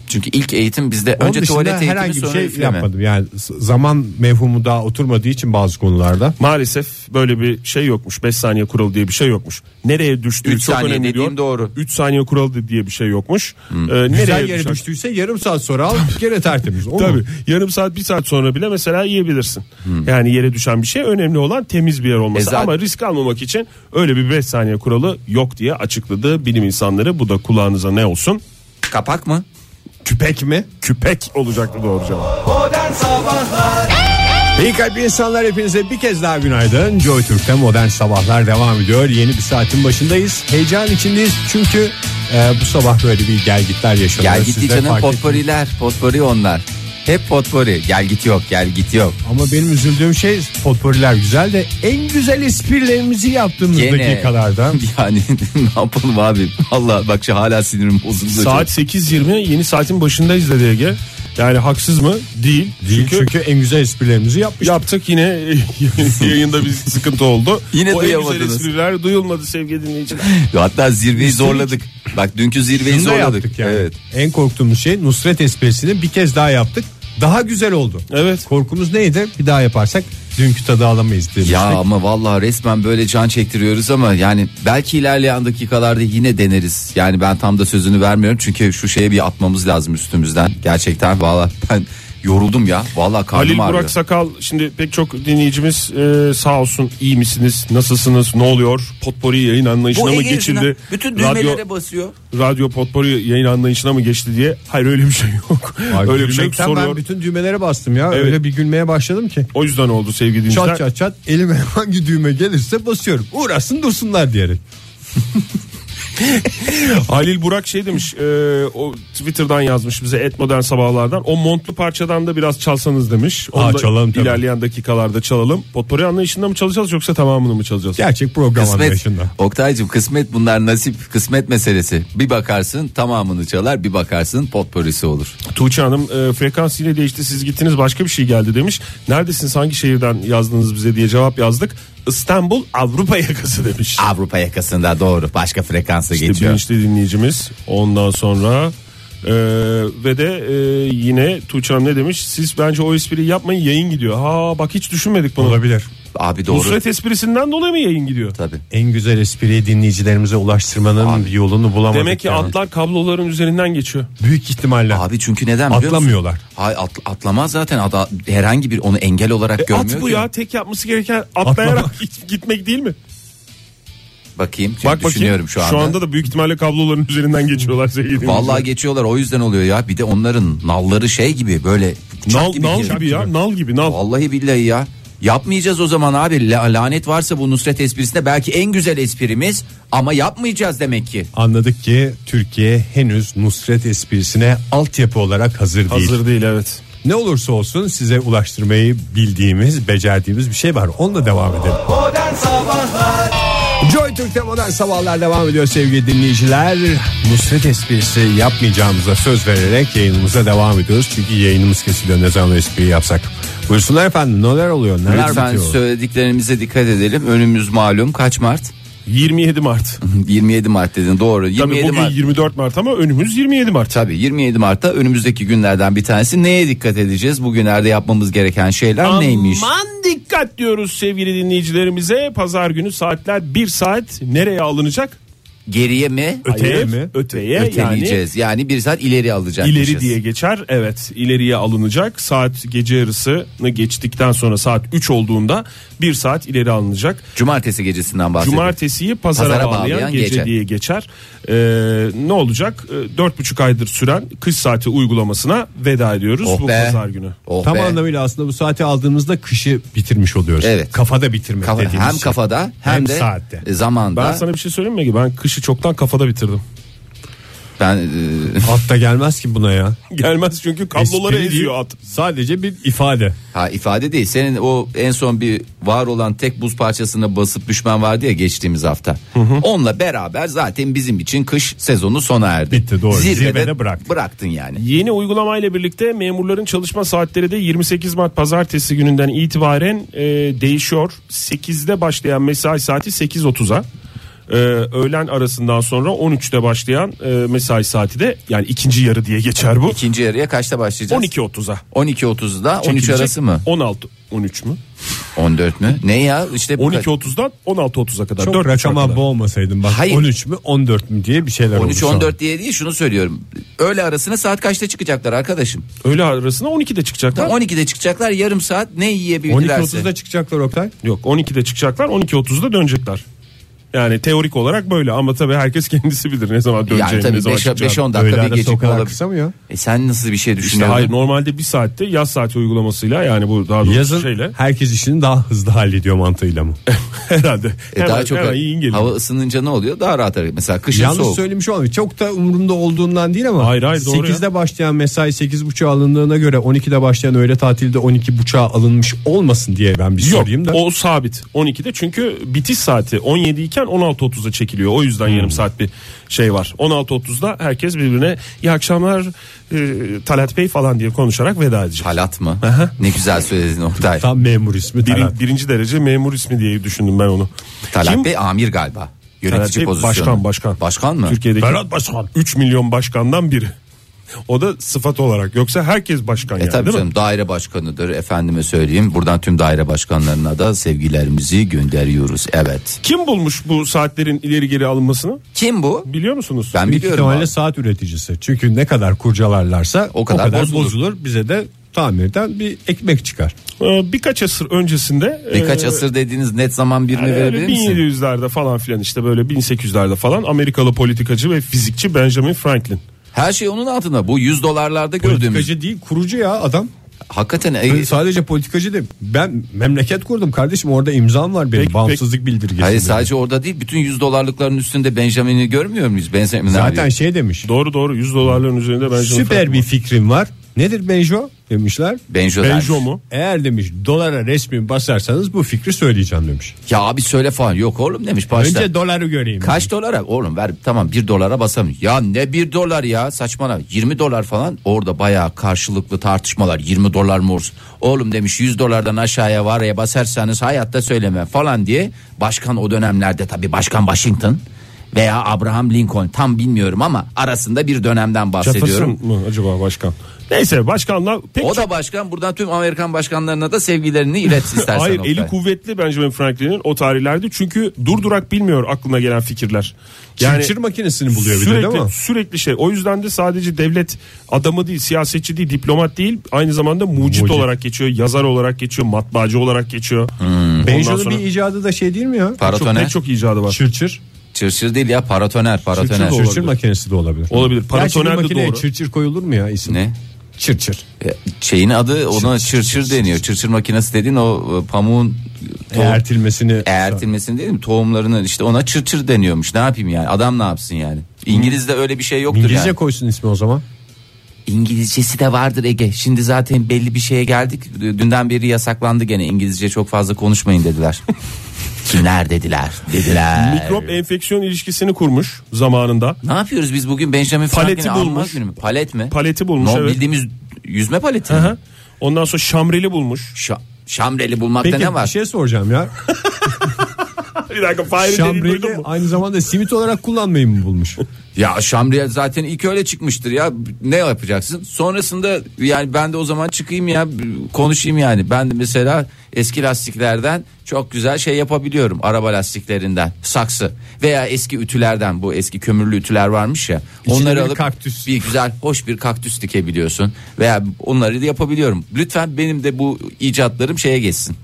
[SPEAKER 2] Çünkü ilk eğitim bizde
[SPEAKER 3] Onun
[SPEAKER 2] önce
[SPEAKER 3] dışında
[SPEAKER 2] tuvalet eğitimi
[SPEAKER 3] herhangi bir
[SPEAKER 2] sonra
[SPEAKER 3] şey
[SPEAKER 2] üfleme.
[SPEAKER 3] yapmadım. Yani s- zaman mevhumu daha oturmadığı için bazı konularda.
[SPEAKER 4] Maalesef böyle bir şey yokmuş. 5 saniye kuralı diye bir şey yokmuş. Nereye düştüğü
[SPEAKER 2] Üç
[SPEAKER 4] çok
[SPEAKER 2] saniye
[SPEAKER 4] önemli
[SPEAKER 2] dediğim
[SPEAKER 4] diyor.
[SPEAKER 2] doğru.
[SPEAKER 4] 3 saniye kuralı diye bir şey yokmuş. Ee,
[SPEAKER 3] Hmm. Güzel
[SPEAKER 4] nereye
[SPEAKER 3] yere
[SPEAKER 4] düşer-
[SPEAKER 3] düştüyse yarım saat sonra al gene tertemiz. Olur mu?
[SPEAKER 4] Tabii yarım saat bir saat sonra bile mesela yiyebilirsin.
[SPEAKER 3] Hmm.
[SPEAKER 4] Yani yere düşen bir şey önemli olan temiz bir yer olması.
[SPEAKER 2] E zaten-
[SPEAKER 4] Ama risk almamak için öyle bir 5 saniye kuralı yok diye açıkladı bilim insanları. Bu da kulağınıza ne olsun?
[SPEAKER 2] Kapak mı?
[SPEAKER 3] Küpek mi?
[SPEAKER 4] Küpek olacaktı doğru cevap.
[SPEAKER 3] İyi kalp insanlar hepinize bir kez daha günaydın. Joy Türk'te modern sabahlar devam ediyor. Yeni bir saatin başındayız. Heyecan içindeyiz çünkü e, bu sabah böyle bir gelgitler yaşandı.
[SPEAKER 2] Gel
[SPEAKER 3] Siz de
[SPEAKER 2] gitti canım
[SPEAKER 3] fark ettiniz.
[SPEAKER 2] potporiler. Potpori onlar. Hep potpori. Gel git yok gel git yok.
[SPEAKER 3] Ama benim üzüldüğüm şey potporiler güzel de en güzel esprilerimizi yaptığımız dakikalarda.
[SPEAKER 2] [LAUGHS]
[SPEAKER 4] [LAUGHS]
[SPEAKER 2] Yani ne yapalım abi. Allah bak şu hala sinirim bozuldu.
[SPEAKER 4] Saat 8.20 yeni saatin başındayız dedi Ege. Yani haksız mı? Değil.
[SPEAKER 3] Değil çünkü,
[SPEAKER 4] Çünkü
[SPEAKER 3] en güzel esprilerimizi yapmıştık.
[SPEAKER 4] yaptık yine [LAUGHS] yayında bir sıkıntı oldu.
[SPEAKER 2] Yine
[SPEAKER 4] o en güzel
[SPEAKER 2] duyamadınız.
[SPEAKER 4] espriler duyulmadı sevgili
[SPEAKER 2] [LAUGHS]
[SPEAKER 4] dinleyiciler.
[SPEAKER 2] Hatta zirveyi zorladık. Bak dünkü zirveyi
[SPEAKER 3] Bunu da
[SPEAKER 2] zorladık.
[SPEAKER 3] yaptık yani.
[SPEAKER 2] Evet.
[SPEAKER 3] En korktuğumuz şey Nusret esprisini bir kez daha yaptık. Daha güzel oldu.
[SPEAKER 4] Evet.
[SPEAKER 3] Korkumuz neydi? Bir daha yaparsak dünkü tadı alamayız demiştik.
[SPEAKER 2] Ya ama vallahi resmen böyle can çektiriyoruz ama yani belki ilerleyen dakikalarda yine deneriz. Yani ben tam da sözünü vermiyorum çünkü şu şeye bir atmamız lazım üstümüzden. Gerçekten vallahi [LAUGHS] ben yoruldum ya. Vallahi
[SPEAKER 4] Halil
[SPEAKER 2] karnım ağrıyor.
[SPEAKER 4] Burak Sakal şimdi pek çok dinleyicimiz e, sağ olsun iyi misiniz nasılsınız ne oluyor potpori yayın anlayışına mı
[SPEAKER 2] Ege yüzünden
[SPEAKER 4] geçildi
[SPEAKER 2] bütün
[SPEAKER 4] radyo,
[SPEAKER 2] düğmelere basıyor.
[SPEAKER 4] radyo potpori yayın anlayışına mı geçti diye hayır öyle bir şey yok
[SPEAKER 3] Ay,
[SPEAKER 4] öyle bir şey yok
[SPEAKER 3] gülmekten
[SPEAKER 4] soruyor
[SPEAKER 3] Ben bütün düğmelere bastım ya.
[SPEAKER 4] Evet.
[SPEAKER 3] Öyle bir gülmeye başladım ki.
[SPEAKER 4] o yüzden oldu sevgili dinleyiciler
[SPEAKER 3] Çat çat [LAUGHS] çat elime hangi düğme gelirse basıyorum. Uğraşsın dursunlar diyerek.
[SPEAKER 4] Halil Burak şey demiş e, o Twitter'dan yazmış bize et modern sabahlardan o montlu parçadan da biraz çalsanız demiş. Onu
[SPEAKER 3] Aa,
[SPEAKER 4] da
[SPEAKER 3] çalalım tabii.
[SPEAKER 4] ilerleyen dakikalarda çalalım. Potpori anlayışında mı çalacağız yoksa tamamını mı çalacağız?
[SPEAKER 3] Gerçek program
[SPEAKER 2] Kısmet.
[SPEAKER 3] anlayışında.
[SPEAKER 2] Oktay'cığım kısmet bunlar nasip kısmet meselesi. Bir bakarsın tamamını çalar bir bakarsın potporisi olur.
[SPEAKER 4] Tuğçe Hanım e, frekans yine değişti siz gittiniz başka bir şey geldi demiş. Neredesiniz hangi şehirden yazdınız bize diye cevap yazdık. İstanbul Avrupa yakası demiş.
[SPEAKER 2] Avrupa yakasında doğru başka frekansa
[SPEAKER 4] İşte
[SPEAKER 2] geçiyor.
[SPEAKER 4] bilinçli dinleyicimiz. Ondan sonra e, ve de e, yine Tuğçe Hanım ne demiş? Siz bence o espriyi yapmayın yayın gidiyor. Ha bak hiç düşünmedik bunu.
[SPEAKER 3] Olabilir.
[SPEAKER 2] Abi doğru.
[SPEAKER 4] Nusret esprisinden dolayı mı yayın gidiyor?
[SPEAKER 2] Tabii.
[SPEAKER 3] En güzel espriyi dinleyicilerimize ulaştırmanın bir yolunu bulamadık.
[SPEAKER 4] Demek ki
[SPEAKER 3] yani.
[SPEAKER 4] atlar kabloların üzerinden geçiyor.
[SPEAKER 3] büyük ihtimalle
[SPEAKER 2] Abi çünkü neden biliyor musun?
[SPEAKER 3] Atlamıyorlar.
[SPEAKER 2] Hayır atl- atlamaz zaten Ada- herhangi bir onu engel olarak
[SPEAKER 4] E,
[SPEAKER 2] görmüyor
[SPEAKER 4] at bu
[SPEAKER 2] ki.
[SPEAKER 4] ya tek yapması gereken atlayarak [LAUGHS] gitmek değil mi?
[SPEAKER 2] Bakayım şimdi
[SPEAKER 4] Bak bakayım.
[SPEAKER 2] düşünüyorum
[SPEAKER 4] Şu
[SPEAKER 2] şu
[SPEAKER 4] anda.
[SPEAKER 2] anda.
[SPEAKER 4] da büyük ihtimalle kabloların üzerinden geçiyorlar sevgili
[SPEAKER 2] Vallahi
[SPEAKER 4] dinleyiciler.
[SPEAKER 2] geçiyorlar o yüzden oluyor ya bir de onların nalları şey gibi böyle bıçak
[SPEAKER 4] nal,
[SPEAKER 2] gibi,
[SPEAKER 4] nal
[SPEAKER 2] giriyor.
[SPEAKER 4] gibi ya nal gibi nal.
[SPEAKER 2] Vallahi billahi ya. Yapmayacağız o zaman abi. La- Lanet varsa bu Nusret esprisinde belki en güzel esprimiz ama yapmayacağız demek ki.
[SPEAKER 3] anladık ki Türkiye henüz Nusret esprisine altyapı olarak hazır, değil.
[SPEAKER 4] Hazır değil evet.
[SPEAKER 3] Ne olursa olsun size ulaştırmayı bildiğimiz, becerdiğimiz bir şey var. Onunla devam edelim. Joy Türk'te modern sabahlar devam ediyor sevgili dinleyiciler. Nusret esprisi yapmayacağımıza söz vererek yayınımıza devam ediyoruz. Çünkü yayınımız kesiliyor ne zaman o espriyi yapsak. Buyursunlar efendim neler oluyor neler
[SPEAKER 2] Lütfen
[SPEAKER 3] bitiyor?
[SPEAKER 2] söylediklerimize dikkat edelim. Önümüz malum kaç Mart? [LAUGHS]
[SPEAKER 4] 27 Mart.
[SPEAKER 2] 27 Mart dedin doğru.
[SPEAKER 4] Tabii
[SPEAKER 2] 27
[SPEAKER 4] bugün
[SPEAKER 2] Mart.
[SPEAKER 4] 24 Mart ama önümüz 27 Mart.
[SPEAKER 2] Tabii 27 Mart'ta önümüzdeki günlerden bir tanesi neye dikkat edeceğiz? Bugünlerde yapmamız gereken şeyler neymiş?
[SPEAKER 4] Aman dikkat diyoruz sevgili dinleyicilerimize. Pazar günü saatler 1 saat nereye alınacak?
[SPEAKER 2] Geriye mi?
[SPEAKER 3] Öteye
[SPEAKER 4] Hayır,
[SPEAKER 3] mi?
[SPEAKER 4] Öteye yani
[SPEAKER 2] Öteleyeceğiz. Yani, bir saat ileri alacakmışız.
[SPEAKER 4] ileri diye geçer. Evet ileriye alınacak. Saat gece yarısını geçtikten sonra saat 3 olduğunda 1 saat ileri alınacak.
[SPEAKER 2] Cumartesi gecesinden bahsediyorum.
[SPEAKER 4] Cumartesiyi pazara,
[SPEAKER 2] Pazara
[SPEAKER 4] bağlayan,
[SPEAKER 2] bağlayan
[SPEAKER 4] gece,
[SPEAKER 2] gece.
[SPEAKER 4] diye geçer. Ee, ne olacak? Ee, Dört buçuk aydır süren kış saati uygulamasına veda ediyoruz
[SPEAKER 2] Oh
[SPEAKER 4] bu
[SPEAKER 2] be.
[SPEAKER 4] pazar günü.
[SPEAKER 2] Oh
[SPEAKER 3] Tam
[SPEAKER 2] be.
[SPEAKER 3] anlamıyla aslında bu saati aldığımızda kışı bitirmiş oluyoruz.
[SPEAKER 2] Evet.
[SPEAKER 3] Kafada bitirmek
[SPEAKER 2] Kafa-
[SPEAKER 3] dediğimiz
[SPEAKER 2] hem
[SPEAKER 3] şey.
[SPEAKER 2] kafada hem,
[SPEAKER 3] Hem
[SPEAKER 2] de
[SPEAKER 3] saatte.
[SPEAKER 2] e, zamanda. Ben,
[SPEAKER 4] Ben sana bir şey söyleyeyim mi? Ege? Ben kışı çoktan kafada bitirdim. [LAUGHS]
[SPEAKER 2] e, [LAUGHS]
[SPEAKER 3] At da gelmez ki buna ya.
[SPEAKER 4] Gelmez çünkü kabloları
[SPEAKER 3] Espri
[SPEAKER 4] eziyor
[SPEAKER 3] değil,
[SPEAKER 4] at.
[SPEAKER 3] Sadece bir ifade.
[SPEAKER 2] ha ifade değil. Senin o en son bir var olan tek buz parçasına basıp düşmen vardı ya geçtiğimiz hafta. Onunla beraber zaten bizim için kış sezonu sona erdi.
[SPEAKER 3] Bitti, doğru. Zirvede bıraktın.
[SPEAKER 2] bıraktın yani.
[SPEAKER 4] Yeni uygulamayla birlikte memurların çalışma saatleri de 28 Mart pazartesi gününden itibaren e, değişiyor. 8'de başlayan mesai saati 8.30'a. E, öğlen arasından sonra 13'te başlayan e, mesai saati de yani ikinci yarı diye geçer bu.
[SPEAKER 2] İkinci yarıya kaçta başlayacağız?
[SPEAKER 4] 12.30'a.
[SPEAKER 2] 12.30'da 13
[SPEAKER 4] Çekilecek.
[SPEAKER 2] arası mı?
[SPEAKER 4] 16 13 mü?
[SPEAKER 2] 14 mü? Ne ya? İşte bu
[SPEAKER 4] 12.30'dan 16.30'a kadar.
[SPEAKER 3] Çok
[SPEAKER 4] Dört buçuğa
[SPEAKER 3] rakama
[SPEAKER 4] kadar.
[SPEAKER 3] boğmasaydın bak
[SPEAKER 2] Hayır.
[SPEAKER 3] 13 mü 14 mü diye bir şeyler 13,
[SPEAKER 2] 13
[SPEAKER 3] oldu
[SPEAKER 2] 14 diye değil şunu söylüyorum. Öğle arasına saat kaçta çıkacaklar arkadaşım?
[SPEAKER 4] Öğle arasında 12'de çıkacaklar.
[SPEAKER 2] Tam 12'de çıkacaklar. Yarım saat ne
[SPEAKER 3] 12.30'da
[SPEAKER 2] yiyebildilerse.
[SPEAKER 3] 12.30'da çıkacaklar Oktay.
[SPEAKER 4] Yok 12'de çıkacaklar 12.30'da dönecekler. Yani teorik olarak böyle ama tabii herkes [LAUGHS] kendisi bilir ne zaman döneceğini
[SPEAKER 2] yani tabii
[SPEAKER 4] ne zaman
[SPEAKER 2] 5-10
[SPEAKER 4] çıkacağını.
[SPEAKER 2] dakika bir
[SPEAKER 3] arası o
[SPEAKER 2] gecikme
[SPEAKER 3] kadar
[SPEAKER 2] olabilir.
[SPEAKER 3] kısa mı ya?
[SPEAKER 2] E sen nasıl bir şey
[SPEAKER 4] İşte
[SPEAKER 2] düşünüyorsun?
[SPEAKER 4] hayır normalde bir saatte yaz saati uygulamasıyla yani bu daha doğrusu
[SPEAKER 3] Yazın
[SPEAKER 4] şeyle [LAUGHS]
[SPEAKER 3] herkes işini daha hızlı hallediyor mantığıyla mı?
[SPEAKER 4] herhalde.
[SPEAKER 2] E daha çok
[SPEAKER 4] iyi geliyor.
[SPEAKER 2] hava ısınınca ne oluyor? Daha rahat hareket. Mesela kışın
[SPEAKER 3] Yanlış
[SPEAKER 2] soğuk.
[SPEAKER 3] söylemiş olmayayım. Çok da umurumda olduğundan değil ama
[SPEAKER 4] Hayır, hayır, doğru
[SPEAKER 3] 8'de başlayan mesai 8.30'a alındığına göre 12'de başlayan öğle tatilde 12.30'a alınmış olmasın diye ben bir
[SPEAKER 4] Yok
[SPEAKER 3] sorayım da.
[SPEAKER 4] o sabit 12'de çünkü bitiş saati 17 iken 16.30'a çekiliyor. O yüzden
[SPEAKER 3] Hmm.
[SPEAKER 4] yarım saat bir şey var. 16.30'da herkes birbirine iyi akşamlar e, Talat Bey falan diye konuşarak veda edecek.
[SPEAKER 2] Halat mı? Ne güzel söyledin Oktay.
[SPEAKER 3] Tam memur ismi
[SPEAKER 4] Biri-
[SPEAKER 3] Talat.
[SPEAKER 4] birinci derece memur ismi diye düşündüm ben onu.
[SPEAKER 2] Talat
[SPEAKER 4] Kim?
[SPEAKER 2] Bey amir galiba.
[SPEAKER 4] Talat
[SPEAKER 2] Yönetici
[SPEAKER 4] Bey
[SPEAKER 2] pozisyonu.
[SPEAKER 4] Başkan başkan.
[SPEAKER 2] Başkan mı?
[SPEAKER 4] Türkiye'deki Başkan. 3 milyon başkandan biri. O da sıfat olarak yoksa herkes başkan
[SPEAKER 2] E
[SPEAKER 4] yani
[SPEAKER 2] tabii
[SPEAKER 4] değil mi?
[SPEAKER 2] canım daire başkanıdır efendime söyleyeyim. Buradan tüm daire başkanlarına da sevgilerimizi gönderiyoruz. Evet.
[SPEAKER 4] Kim bulmuş bu saatlerin ileri geri alınmasını?
[SPEAKER 2] Kim bu?
[SPEAKER 4] Biliyor musunuz?
[SPEAKER 2] Ben
[SPEAKER 3] Büyük
[SPEAKER 2] biliyorum.
[SPEAKER 3] ihtimalle
[SPEAKER 2] abi.
[SPEAKER 3] saat üreticisi. Çünkü ne kadar kurcalarlarsa o kadar,
[SPEAKER 2] kadar
[SPEAKER 3] bozulur.
[SPEAKER 2] bozulur.
[SPEAKER 3] Bize de tamirden bir ekmek çıkar.
[SPEAKER 4] Ee, birkaç asır öncesinde
[SPEAKER 2] Birkaç
[SPEAKER 4] e,
[SPEAKER 2] asır dediğiniz net zaman birini
[SPEAKER 4] yani öyle
[SPEAKER 2] verebilir misin?
[SPEAKER 4] 1700'lerde falan filan işte böyle 1800'lerde falan Amerikalı politikacı ve fizikçi Benjamin Franklin.
[SPEAKER 2] Her şey onun altında. Bu 100 dolarlarda gördüğümüz.
[SPEAKER 3] Politikacı değil kurucu ya adam.
[SPEAKER 2] Hakikaten e,
[SPEAKER 3] Ben sadece politikacı değil. Ben memleket kurdum kardeşim orada imzam var benim.
[SPEAKER 4] Peki,
[SPEAKER 3] Bağımsızlık bildirgesi.
[SPEAKER 2] Hayır sadece orada değil bütün 100 dolarlıkların üstünde Benjamin'i görmüyor muyuz? Benjamin
[SPEAKER 3] Zaten
[SPEAKER 2] abi.
[SPEAKER 3] şey demiş.
[SPEAKER 4] Doğru doğru 100 dolarların üzerinde bence
[SPEAKER 3] Süper bir fikrim var. Nedir Benjo demişler.
[SPEAKER 2] Benjo,
[SPEAKER 4] Benjo
[SPEAKER 2] Benjo
[SPEAKER 4] mu?
[SPEAKER 3] Eğer demiş dolara resmi basarsanız bu fikri söyleyeceğim demiş.
[SPEAKER 2] Ya abi söyle falan. Yok oğlum demiş başta.
[SPEAKER 3] Önce doları göreyim.
[SPEAKER 2] Kaç dolara? Oğlum ver tamam 1 dolara basamıyor. Ya ne 1 dolar ya saçmalama 20 dolar falan orada bayağı karşılıklı tartışmalar 20 dolar mı olsun? Oğlum demiş 100 dolardan aşağıya var ya basarsanız hayatta söyleme falan diye başkan o dönemlerde tabi başkan Washington veya Abraham Lincoln tam bilmiyorum ama arasında bir dönemden bahsediyorum.
[SPEAKER 4] Çatırsın mı acaba başkan? Neyse başkanla pek
[SPEAKER 2] O da başkan buradan tüm Amerikan başkanlarına da sevgilerini
[SPEAKER 4] [LAUGHS]
[SPEAKER 2] ilet istersen.
[SPEAKER 4] Hayır
[SPEAKER 2] Oktay.
[SPEAKER 4] eli kuvvetli Benjamin Franklin'in o tarihlerde çünkü durdurak bilmiyor aklına gelen fikirler.
[SPEAKER 3] Yani, Çimçir makinesini buluyor bir de
[SPEAKER 4] sürekli,
[SPEAKER 3] değil mi?
[SPEAKER 4] Sürekli şey. O yüzden de sadece devlet adamı değil, siyasetçi değil, diplomat değil. Aynı zamanda mucit,
[SPEAKER 3] Mucit.
[SPEAKER 4] olarak geçiyor, yazar olarak geçiyor, matbaacı olarak geçiyor. Ondan
[SPEAKER 3] Benjo'nun
[SPEAKER 4] sonra
[SPEAKER 3] bir icadı da şey değil mi ya?
[SPEAKER 4] çok,
[SPEAKER 2] Paratoner.
[SPEAKER 4] pek çok icadı var.
[SPEAKER 3] Çırçır.
[SPEAKER 2] Çırçır değil ya paratoner paratoner.
[SPEAKER 4] Çırçır
[SPEAKER 3] Çırçır
[SPEAKER 4] Olabilir.
[SPEAKER 3] makinesi de olabilir.
[SPEAKER 4] Olabilir.
[SPEAKER 3] Gerçi bir
[SPEAKER 4] Paratoner de
[SPEAKER 3] makineye
[SPEAKER 4] doğru.
[SPEAKER 3] Çırçır koyulur mu ya isim?
[SPEAKER 2] Ne?
[SPEAKER 3] Çırçır.
[SPEAKER 2] E, Şeyin adı ona çırçır deniyor. Çırçır makinesi dediğin o e, pamuğun e, tohum,
[SPEAKER 3] Eğertilmesini.
[SPEAKER 2] eğertilmesini değil mi? Tohumlarının işte ona çırçır deniyormuş. Ne yapayım yani? Adam ne yapsın yani? İngiliz'de öyle bir şey yoktur
[SPEAKER 3] İngilizce
[SPEAKER 2] yani.
[SPEAKER 3] koysun ismi o zaman.
[SPEAKER 2] İngilizcesi de vardır Ege. Şimdi zaten belli bir şeye geldik. Dünden beri yasaklandı gene. İngilizce çok fazla konuşmayın [LAUGHS] dediler. Kimler dediler? Dediler.
[SPEAKER 4] Mikrop enfeksiyon ilişkisini kurmuş zamanında.
[SPEAKER 2] Ne yapıyoruz biz bugün Benjamin
[SPEAKER 4] Paleti
[SPEAKER 2] Franklin'i anmak
[SPEAKER 4] bulmuş.
[SPEAKER 2] günü mü? Palet mi?
[SPEAKER 4] Paleti bulmuş,
[SPEAKER 2] No,
[SPEAKER 4] evet.
[SPEAKER 2] Bildiğimiz yüzme paleti. mi?
[SPEAKER 4] Aha. Ondan sonra şamreli bulmuş.
[SPEAKER 2] Şa- Şamreli bulmakta
[SPEAKER 3] Peki
[SPEAKER 2] ne var?
[SPEAKER 3] bir şey soracağım ya.
[SPEAKER 4] [LAUGHS] bir dakika Fahir'in dediğini duydun
[SPEAKER 3] Şambreli
[SPEAKER 4] mu?
[SPEAKER 3] aynı zamanda simit olarak kullanmayı mı
[SPEAKER 4] [LAUGHS]
[SPEAKER 3] bulmuş?
[SPEAKER 2] Ya Şamriyel zaten ilk öyle çıkmıştır ya ne yapacaksın? Sonrasında yani ben de o zaman çıkayım ya konuşayım yani. Ben de mesela eski lastiklerden çok güzel şey yapabiliyorum. Araba lastiklerinden saksı veya eski ütülerden bu eski kömürlü ütüler varmış ya.
[SPEAKER 3] İçine
[SPEAKER 2] onları
[SPEAKER 3] bir
[SPEAKER 2] alıp
[SPEAKER 3] kaktüs.
[SPEAKER 2] bir güzel hoş bir kaktüs dikebiliyorsun veya onları da yapabiliyorum. Lütfen benim de bu icatlarım şeye geçsin.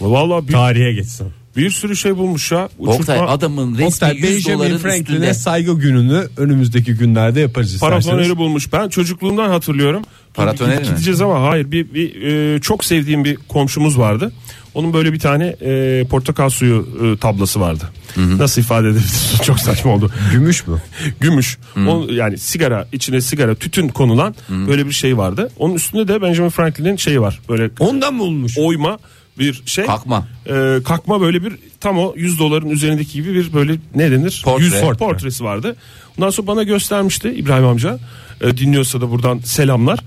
[SPEAKER 4] Vallahi bir,
[SPEAKER 3] Tarihe geçsin.
[SPEAKER 4] bir sürü şey bulmuş ya. Uçurtma,
[SPEAKER 2] Oktay adamın resmi
[SPEAKER 3] Oktay
[SPEAKER 2] 100
[SPEAKER 3] Benjamin
[SPEAKER 2] doların
[SPEAKER 3] Franklin'e
[SPEAKER 2] üstünde.
[SPEAKER 3] saygı gününü önümüzdeki günlerde yaparız isterseniz.
[SPEAKER 4] Paratoneri bulmuş. Ben çocukluğumdan hatırlıyorum.
[SPEAKER 2] Paratoneri
[SPEAKER 4] Gid-
[SPEAKER 2] mi?
[SPEAKER 4] Gideceğiz ama hayır bir, bir e, çok sevdiğim bir komşumuz vardı. Onun böyle bir tane e, portakal suyu e, tablası vardı. Nasıl ifade edebiliriz? [LAUGHS] çok saçma oldu.
[SPEAKER 3] Gümüş mü?
[SPEAKER 4] Gümüş. Onun, yani sigara içine sigara tütün konulan böyle bir şey vardı. Onun üstünde de Benjamin Franklin'in şeyi var. Böyle
[SPEAKER 3] Ondan mı olmuş?
[SPEAKER 4] oyma bir şey.
[SPEAKER 2] Kalkma.
[SPEAKER 4] Ee, kalkma böyle bir tam o 100 doların üzerindeki gibi bir böyle ne denir?
[SPEAKER 2] Portre.
[SPEAKER 4] Yüz portre. portresi vardı. Ondan sonra bana göstermişti İbrahim amca. Ee, dinliyorsa da buradan selamlar.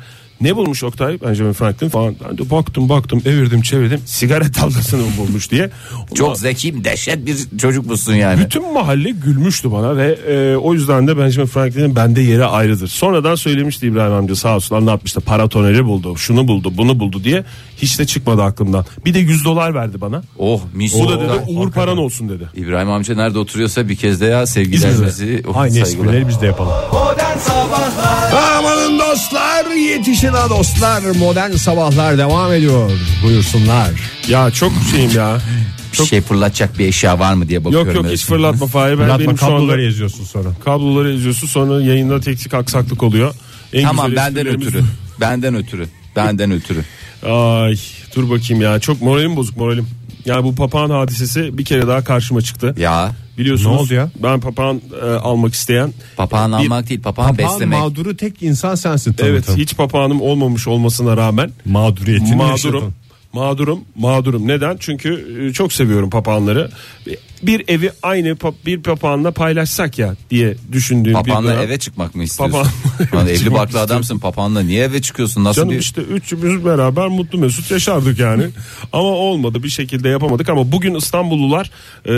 [SPEAKER 4] Ne bulmuş Oktay Benjamin Franklin falan. Ben de baktım baktım evirdim çevirdim sigara dalgasını mı bulmuş diye. Ondan-
[SPEAKER 2] Çok zekiyim dehşet bir çocuk musun yani.
[SPEAKER 4] bütün mahalle gülmüştü bana ve e, o yüzden de Benjamin Franklin'in bende yeri ayrıdır. Sonradan söylemişti İbrahim amca sağ olsun anlatmıştı paratoneri buldu, şunu buldu, bunu buldu diye hiç de çıkmadı aklımdan. Bir de 100 dolar verdi bana.
[SPEAKER 2] Oh mis.
[SPEAKER 4] Bu da
[SPEAKER 2] Oktay.
[SPEAKER 4] dedi Uğur paran olsun dedi.
[SPEAKER 2] İbrahim amca nerede oturuyorsa bir kez de ya sevgilerimizi oh,
[SPEAKER 3] Aynı
[SPEAKER 2] saygılar.
[SPEAKER 3] esprileri biz de yapalım. Amanın dostlar yetişin ha dostlar. Modern sabahlar devam ediyor. Buyursunlar.
[SPEAKER 4] Ya çok şeyim ya.
[SPEAKER 2] Bir şey fırlatacak bir eşya var mı diye bakıyorum.
[SPEAKER 4] Yok yok
[SPEAKER 2] öyle
[SPEAKER 4] hiç
[SPEAKER 2] şimdi.
[SPEAKER 4] fırlatma Fahir. Ben
[SPEAKER 3] Fırlatma
[SPEAKER 4] benim şu anda
[SPEAKER 3] kabloları yazıyorsun sonra.
[SPEAKER 4] kabloları eziyorsun sonra yayında teknik aksaklık oluyor. En
[SPEAKER 2] Tamam
[SPEAKER 4] güzel
[SPEAKER 2] benden
[SPEAKER 4] esprilerimiz-
[SPEAKER 2] ötürü. Benden ötürü. Benden ötürü.
[SPEAKER 4] Ay dur bakayım ya çok moralim bozuk moralim. Yani bu papağan hadisesi bir kere daha karşıma çıktı.
[SPEAKER 2] Ya
[SPEAKER 4] Biliyorsunuz.
[SPEAKER 3] Ne oldu ya?
[SPEAKER 4] Ben papağan e, almak isteyen.
[SPEAKER 2] papağan
[SPEAKER 4] Bir-
[SPEAKER 2] almak değil papağan
[SPEAKER 3] Pan
[SPEAKER 2] beslemek.
[SPEAKER 3] mağduru tek insan sensin. Tanıtım.
[SPEAKER 4] Evet hiç papağanım olmamış olmasına rağmen
[SPEAKER 3] Mağduriyetini yaşadın.
[SPEAKER 4] mağdurum. Mağdurum, mağdurum. Neden? Çünkü e, çok seviyorum papağanları. Bir- Bir evi aynı pa- bir papağanla paylaşsak ya diye düşündüğüm bir
[SPEAKER 2] Papağanla
[SPEAKER 4] dönem.
[SPEAKER 2] eve çıkmak mı istiyorsun?
[SPEAKER 4] Papağan-
[SPEAKER 2] [LAUGHS] Lan evli
[SPEAKER 4] Çıkmak
[SPEAKER 2] barklı
[SPEAKER 4] istiyorum.
[SPEAKER 2] adamsın papağanla niye eve çıkıyorsun? Nasıl
[SPEAKER 4] Canım
[SPEAKER 2] bir...
[SPEAKER 4] işte üçümüz beraber mutlu mesut
[SPEAKER 2] [LAUGHS]
[SPEAKER 4] yaşardık yani. ama olmadı bir şekilde yapamadık ama bugün İstanbullular e,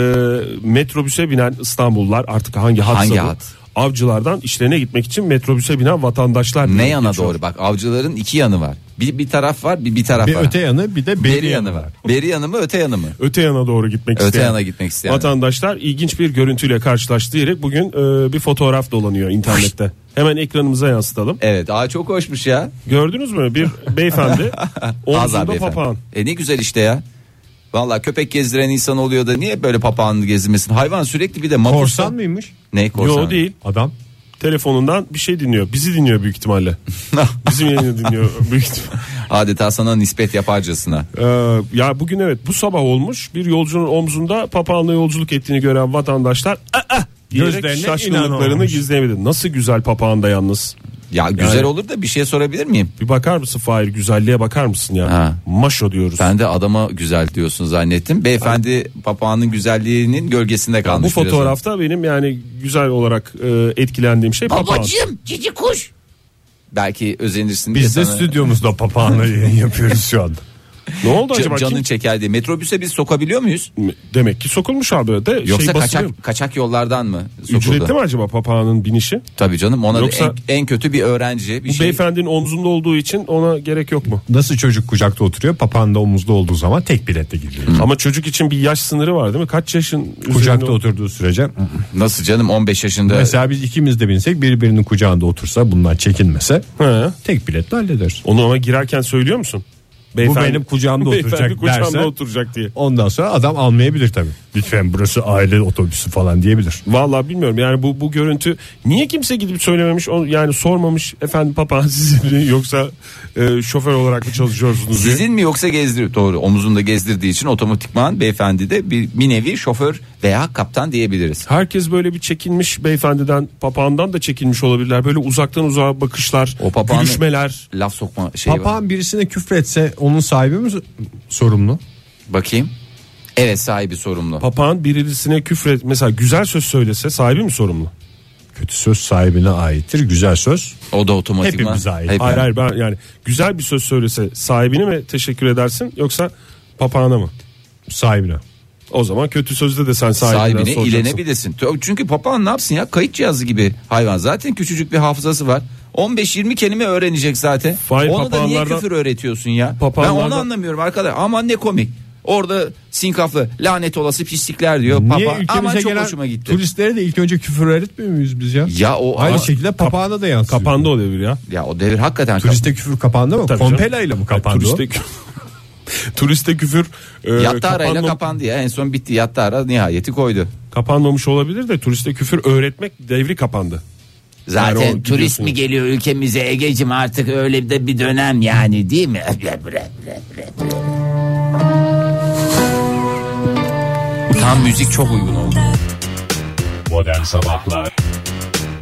[SPEAKER 4] metrobüse binen İstanbullular artık hangi hatsa
[SPEAKER 2] Hangi
[SPEAKER 4] bu,
[SPEAKER 2] hat?
[SPEAKER 4] Avcılardan işlerine gitmek için metrobüse binen vatandaşlar.
[SPEAKER 2] Ne
[SPEAKER 4] diye
[SPEAKER 2] yana
[SPEAKER 4] geçiyor.
[SPEAKER 2] doğru bak avcıların iki yanı var. Bir, bir taraf var bir, bir taraf
[SPEAKER 3] Bir
[SPEAKER 2] var.
[SPEAKER 3] öte yanı bir de beri,
[SPEAKER 2] Beri yanı var. Beri yanı mı öte yanı mı?
[SPEAKER 4] Öte yana doğru gitmek
[SPEAKER 2] Öte
[SPEAKER 4] isteyen.
[SPEAKER 2] yana gitmek isteyen.
[SPEAKER 4] Vatandaşlar ilginç bir görüntüyle karşılaştı diyerek bugün e, bir fotoğraf dolanıyor internette. Hemen ekranımıza yansıtalım.
[SPEAKER 2] Evet aa çok hoşmuş ya.
[SPEAKER 4] Gördünüz mü? Bir
[SPEAKER 2] [LAUGHS]
[SPEAKER 4] beyefendi
[SPEAKER 2] Azar
[SPEAKER 4] omzunda
[SPEAKER 2] beyefendi.
[SPEAKER 4] papağan.
[SPEAKER 2] E ne güzel işte ya. Vallahi köpek gezdiren insan oluyor da niye böyle papağanını gezdirmesin? Hayvan sürekli bir de mapusta.
[SPEAKER 3] Korsan mıymış?
[SPEAKER 2] Ne korsan?
[SPEAKER 4] Yo değil.
[SPEAKER 3] Adam.
[SPEAKER 4] telefonundan bir şey dinliyor. Bizi dinliyor
[SPEAKER 2] [LAUGHS]
[SPEAKER 4] büyük ihtimalle. Bizim yayını dinliyor büyük ihtimalle.
[SPEAKER 2] Adeta sana nispet yaparcasına.
[SPEAKER 4] Ee, ya bugün evet bu sabah olmuş bir yolcunun omzunda papağanla yolculuk ettiğini gören vatandaşlar "Aa!" diyerek
[SPEAKER 6] Gözlerine
[SPEAKER 4] şaşkınlıklarını
[SPEAKER 6] inanamamış.
[SPEAKER 4] gizleyemedi. Nasıl güzel papağan da yalnız.
[SPEAKER 2] Ya güzel olur da bir şey sorabilir miyim?
[SPEAKER 4] Bir bakar mısın Fahir güzelliğe bakar mısın ya?
[SPEAKER 2] Ha.
[SPEAKER 4] Maşo diyoruz.
[SPEAKER 2] Ben de adama güzel diyorsun zannettim. Beyefendi papağanın güzelliğinin gölgesinde
[SPEAKER 4] bu
[SPEAKER 2] kalmış. biraz.
[SPEAKER 4] fotoğrafta benim yani güzel olarak e, etkilendiğim şey papağan.
[SPEAKER 2] Babacığım cici kuş. Belki özenirsin diye
[SPEAKER 3] Biz de
[SPEAKER 2] sana-
[SPEAKER 3] stüdyomuzda papağanla yayın yapıyoruz şu anda.
[SPEAKER 4] Ne oldu
[SPEAKER 2] Can-
[SPEAKER 4] acaba?
[SPEAKER 2] canın
[SPEAKER 4] Kim- Şey
[SPEAKER 2] çeker diye. Metrobüse biz sokabiliyor muyuz?
[SPEAKER 4] Demek ki sokulmuş abi de
[SPEAKER 2] Yoksa
[SPEAKER 4] şey basılıyor.
[SPEAKER 2] kaçak kaçak yollardan mı sokuldu?
[SPEAKER 4] Ücretli mi acaba papağanın binişi?
[SPEAKER 2] Tabii canım ona da
[SPEAKER 4] Yoksa-
[SPEAKER 2] en, en kötü bir öğrenci bir
[SPEAKER 4] Bu
[SPEAKER 2] şey.
[SPEAKER 4] beyefendinin omzunda olduğu için ona gerek yok mu?
[SPEAKER 3] Nasıl çocuk kucakta oturuyor papağan da omuzda olduğu zaman tek biletle gidiyor.
[SPEAKER 4] Ama çocuk için bir yaş sınırı var değil mi? Kaç yaşın üzerinde
[SPEAKER 3] Kucakta
[SPEAKER 4] o-
[SPEAKER 3] oturduğu sürece
[SPEAKER 2] Nasıl canım 15 yaşında
[SPEAKER 3] mesela biz ikimiz de binsek birbirinin kucağında otursa bundan çekinmese
[SPEAKER 4] He.
[SPEAKER 3] tek biletle hallederiz.
[SPEAKER 4] Onu ama girerken söylüyor musun?
[SPEAKER 3] Bu benim kucağımda
[SPEAKER 4] [LAUGHS] Beyefendi
[SPEAKER 3] oturacak
[SPEAKER 4] kucağımda
[SPEAKER 3] derse-
[SPEAKER 4] oturacak diye.
[SPEAKER 3] Ondan sonra adam almayabilir tabii. Lütfen burası aile otobüsü falan diyebilir.
[SPEAKER 4] Vallahi bilmiyorum yani bu bu görüntü niye kimse gidip söylememiş o- yani sormamış efendim [LAUGHS] papağan sizin mi yoksa e, şoför olarak mı çalışıyorsunuz diye.
[SPEAKER 2] Sizin mi yoksa gezdir doğru omuzunda gezdirdiği için otomatikman beyefendi de bir, bir nevi şoför veya kaptan diyebiliriz.
[SPEAKER 4] Herkes böyle bir çekinmiş beyefendiden papağandan da çekinmiş olabilirler böyle uzaktan uzağa bakışlar
[SPEAKER 2] O papağanı-
[SPEAKER 4] gülüşmeler
[SPEAKER 2] Laf sokma şeyi var.
[SPEAKER 3] Papağan birisine küfretse onun sahibi mi sorumlu?
[SPEAKER 2] Bakayım. Evet sahibi sorumlu.
[SPEAKER 4] papağan birisine küfret mesela güzel söz söylese sahibi mi sorumlu?
[SPEAKER 3] Kötü söz sahibine aittir. Güzel söz
[SPEAKER 2] o da otomatikman.
[SPEAKER 3] Hepimize ait.
[SPEAKER 2] Hep-
[SPEAKER 4] Hayır hayır ben yani güzel bir söz söylese sahibini mi teşekkür edersin yoksa papağana mı?
[SPEAKER 3] sahibine.
[SPEAKER 4] O zaman kötü sözde de sen sahibinden
[SPEAKER 2] sahibine
[SPEAKER 4] soracaksın.
[SPEAKER 2] ilenebilirsin. Tö- Çünkü papağan ne yapsın ya? Kayıt cihazı gibi hayvan. Zaten küçücük bir hafızası var. 15-20 kelime öğrenecek zaten.
[SPEAKER 4] Fahir,
[SPEAKER 2] Onu da niye
[SPEAKER 4] papağanlardan-
[SPEAKER 2] küfür öğretiyorsun ya?
[SPEAKER 4] Papağanlardan-
[SPEAKER 2] Ben onu anlamıyorum arkadaş. Aman ne komik. Orada sinkaflı lanet olası pislikler diyor. Papa. Aman çok hoşuma gitti.
[SPEAKER 3] turistlere de ilk önce küfür öğretmiyor muyuz biz ya?
[SPEAKER 2] Ya o-
[SPEAKER 3] Aynı
[SPEAKER 2] ama-
[SPEAKER 3] şekilde papağana da yansıyor.
[SPEAKER 4] Kapandı o devir ya.
[SPEAKER 2] Ya o devir hakikaten
[SPEAKER 3] Turiste küfür kapandı mı?
[SPEAKER 4] Tabii E,
[SPEAKER 3] Kompela ile mi kapandı o?
[SPEAKER 4] Turiste, [LAUGHS] turiste küfür e,
[SPEAKER 2] Yatta arayla
[SPEAKER 4] kapanma-
[SPEAKER 2] kapandı ya en son bitti yatta ara nihayeti koydu.
[SPEAKER 4] kapanmamış olabilir de turiste küfür öğretmek devri kapandı.
[SPEAKER 2] Zaten
[SPEAKER 4] Yani o
[SPEAKER 2] turist
[SPEAKER 4] biliyorsun.
[SPEAKER 2] mi geliyor ülkemize Ege'cim artık öyle de bir dönem yani değil mi? Bre, bre, bre, bre, bre. Tam müzik çok uygun oldu.
[SPEAKER 1] Modern Sabahlar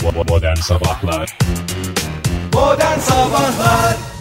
[SPEAKER 1] Bo- bo- Modern Sabahlar
[SPEAKER 7] Modern Sabahlar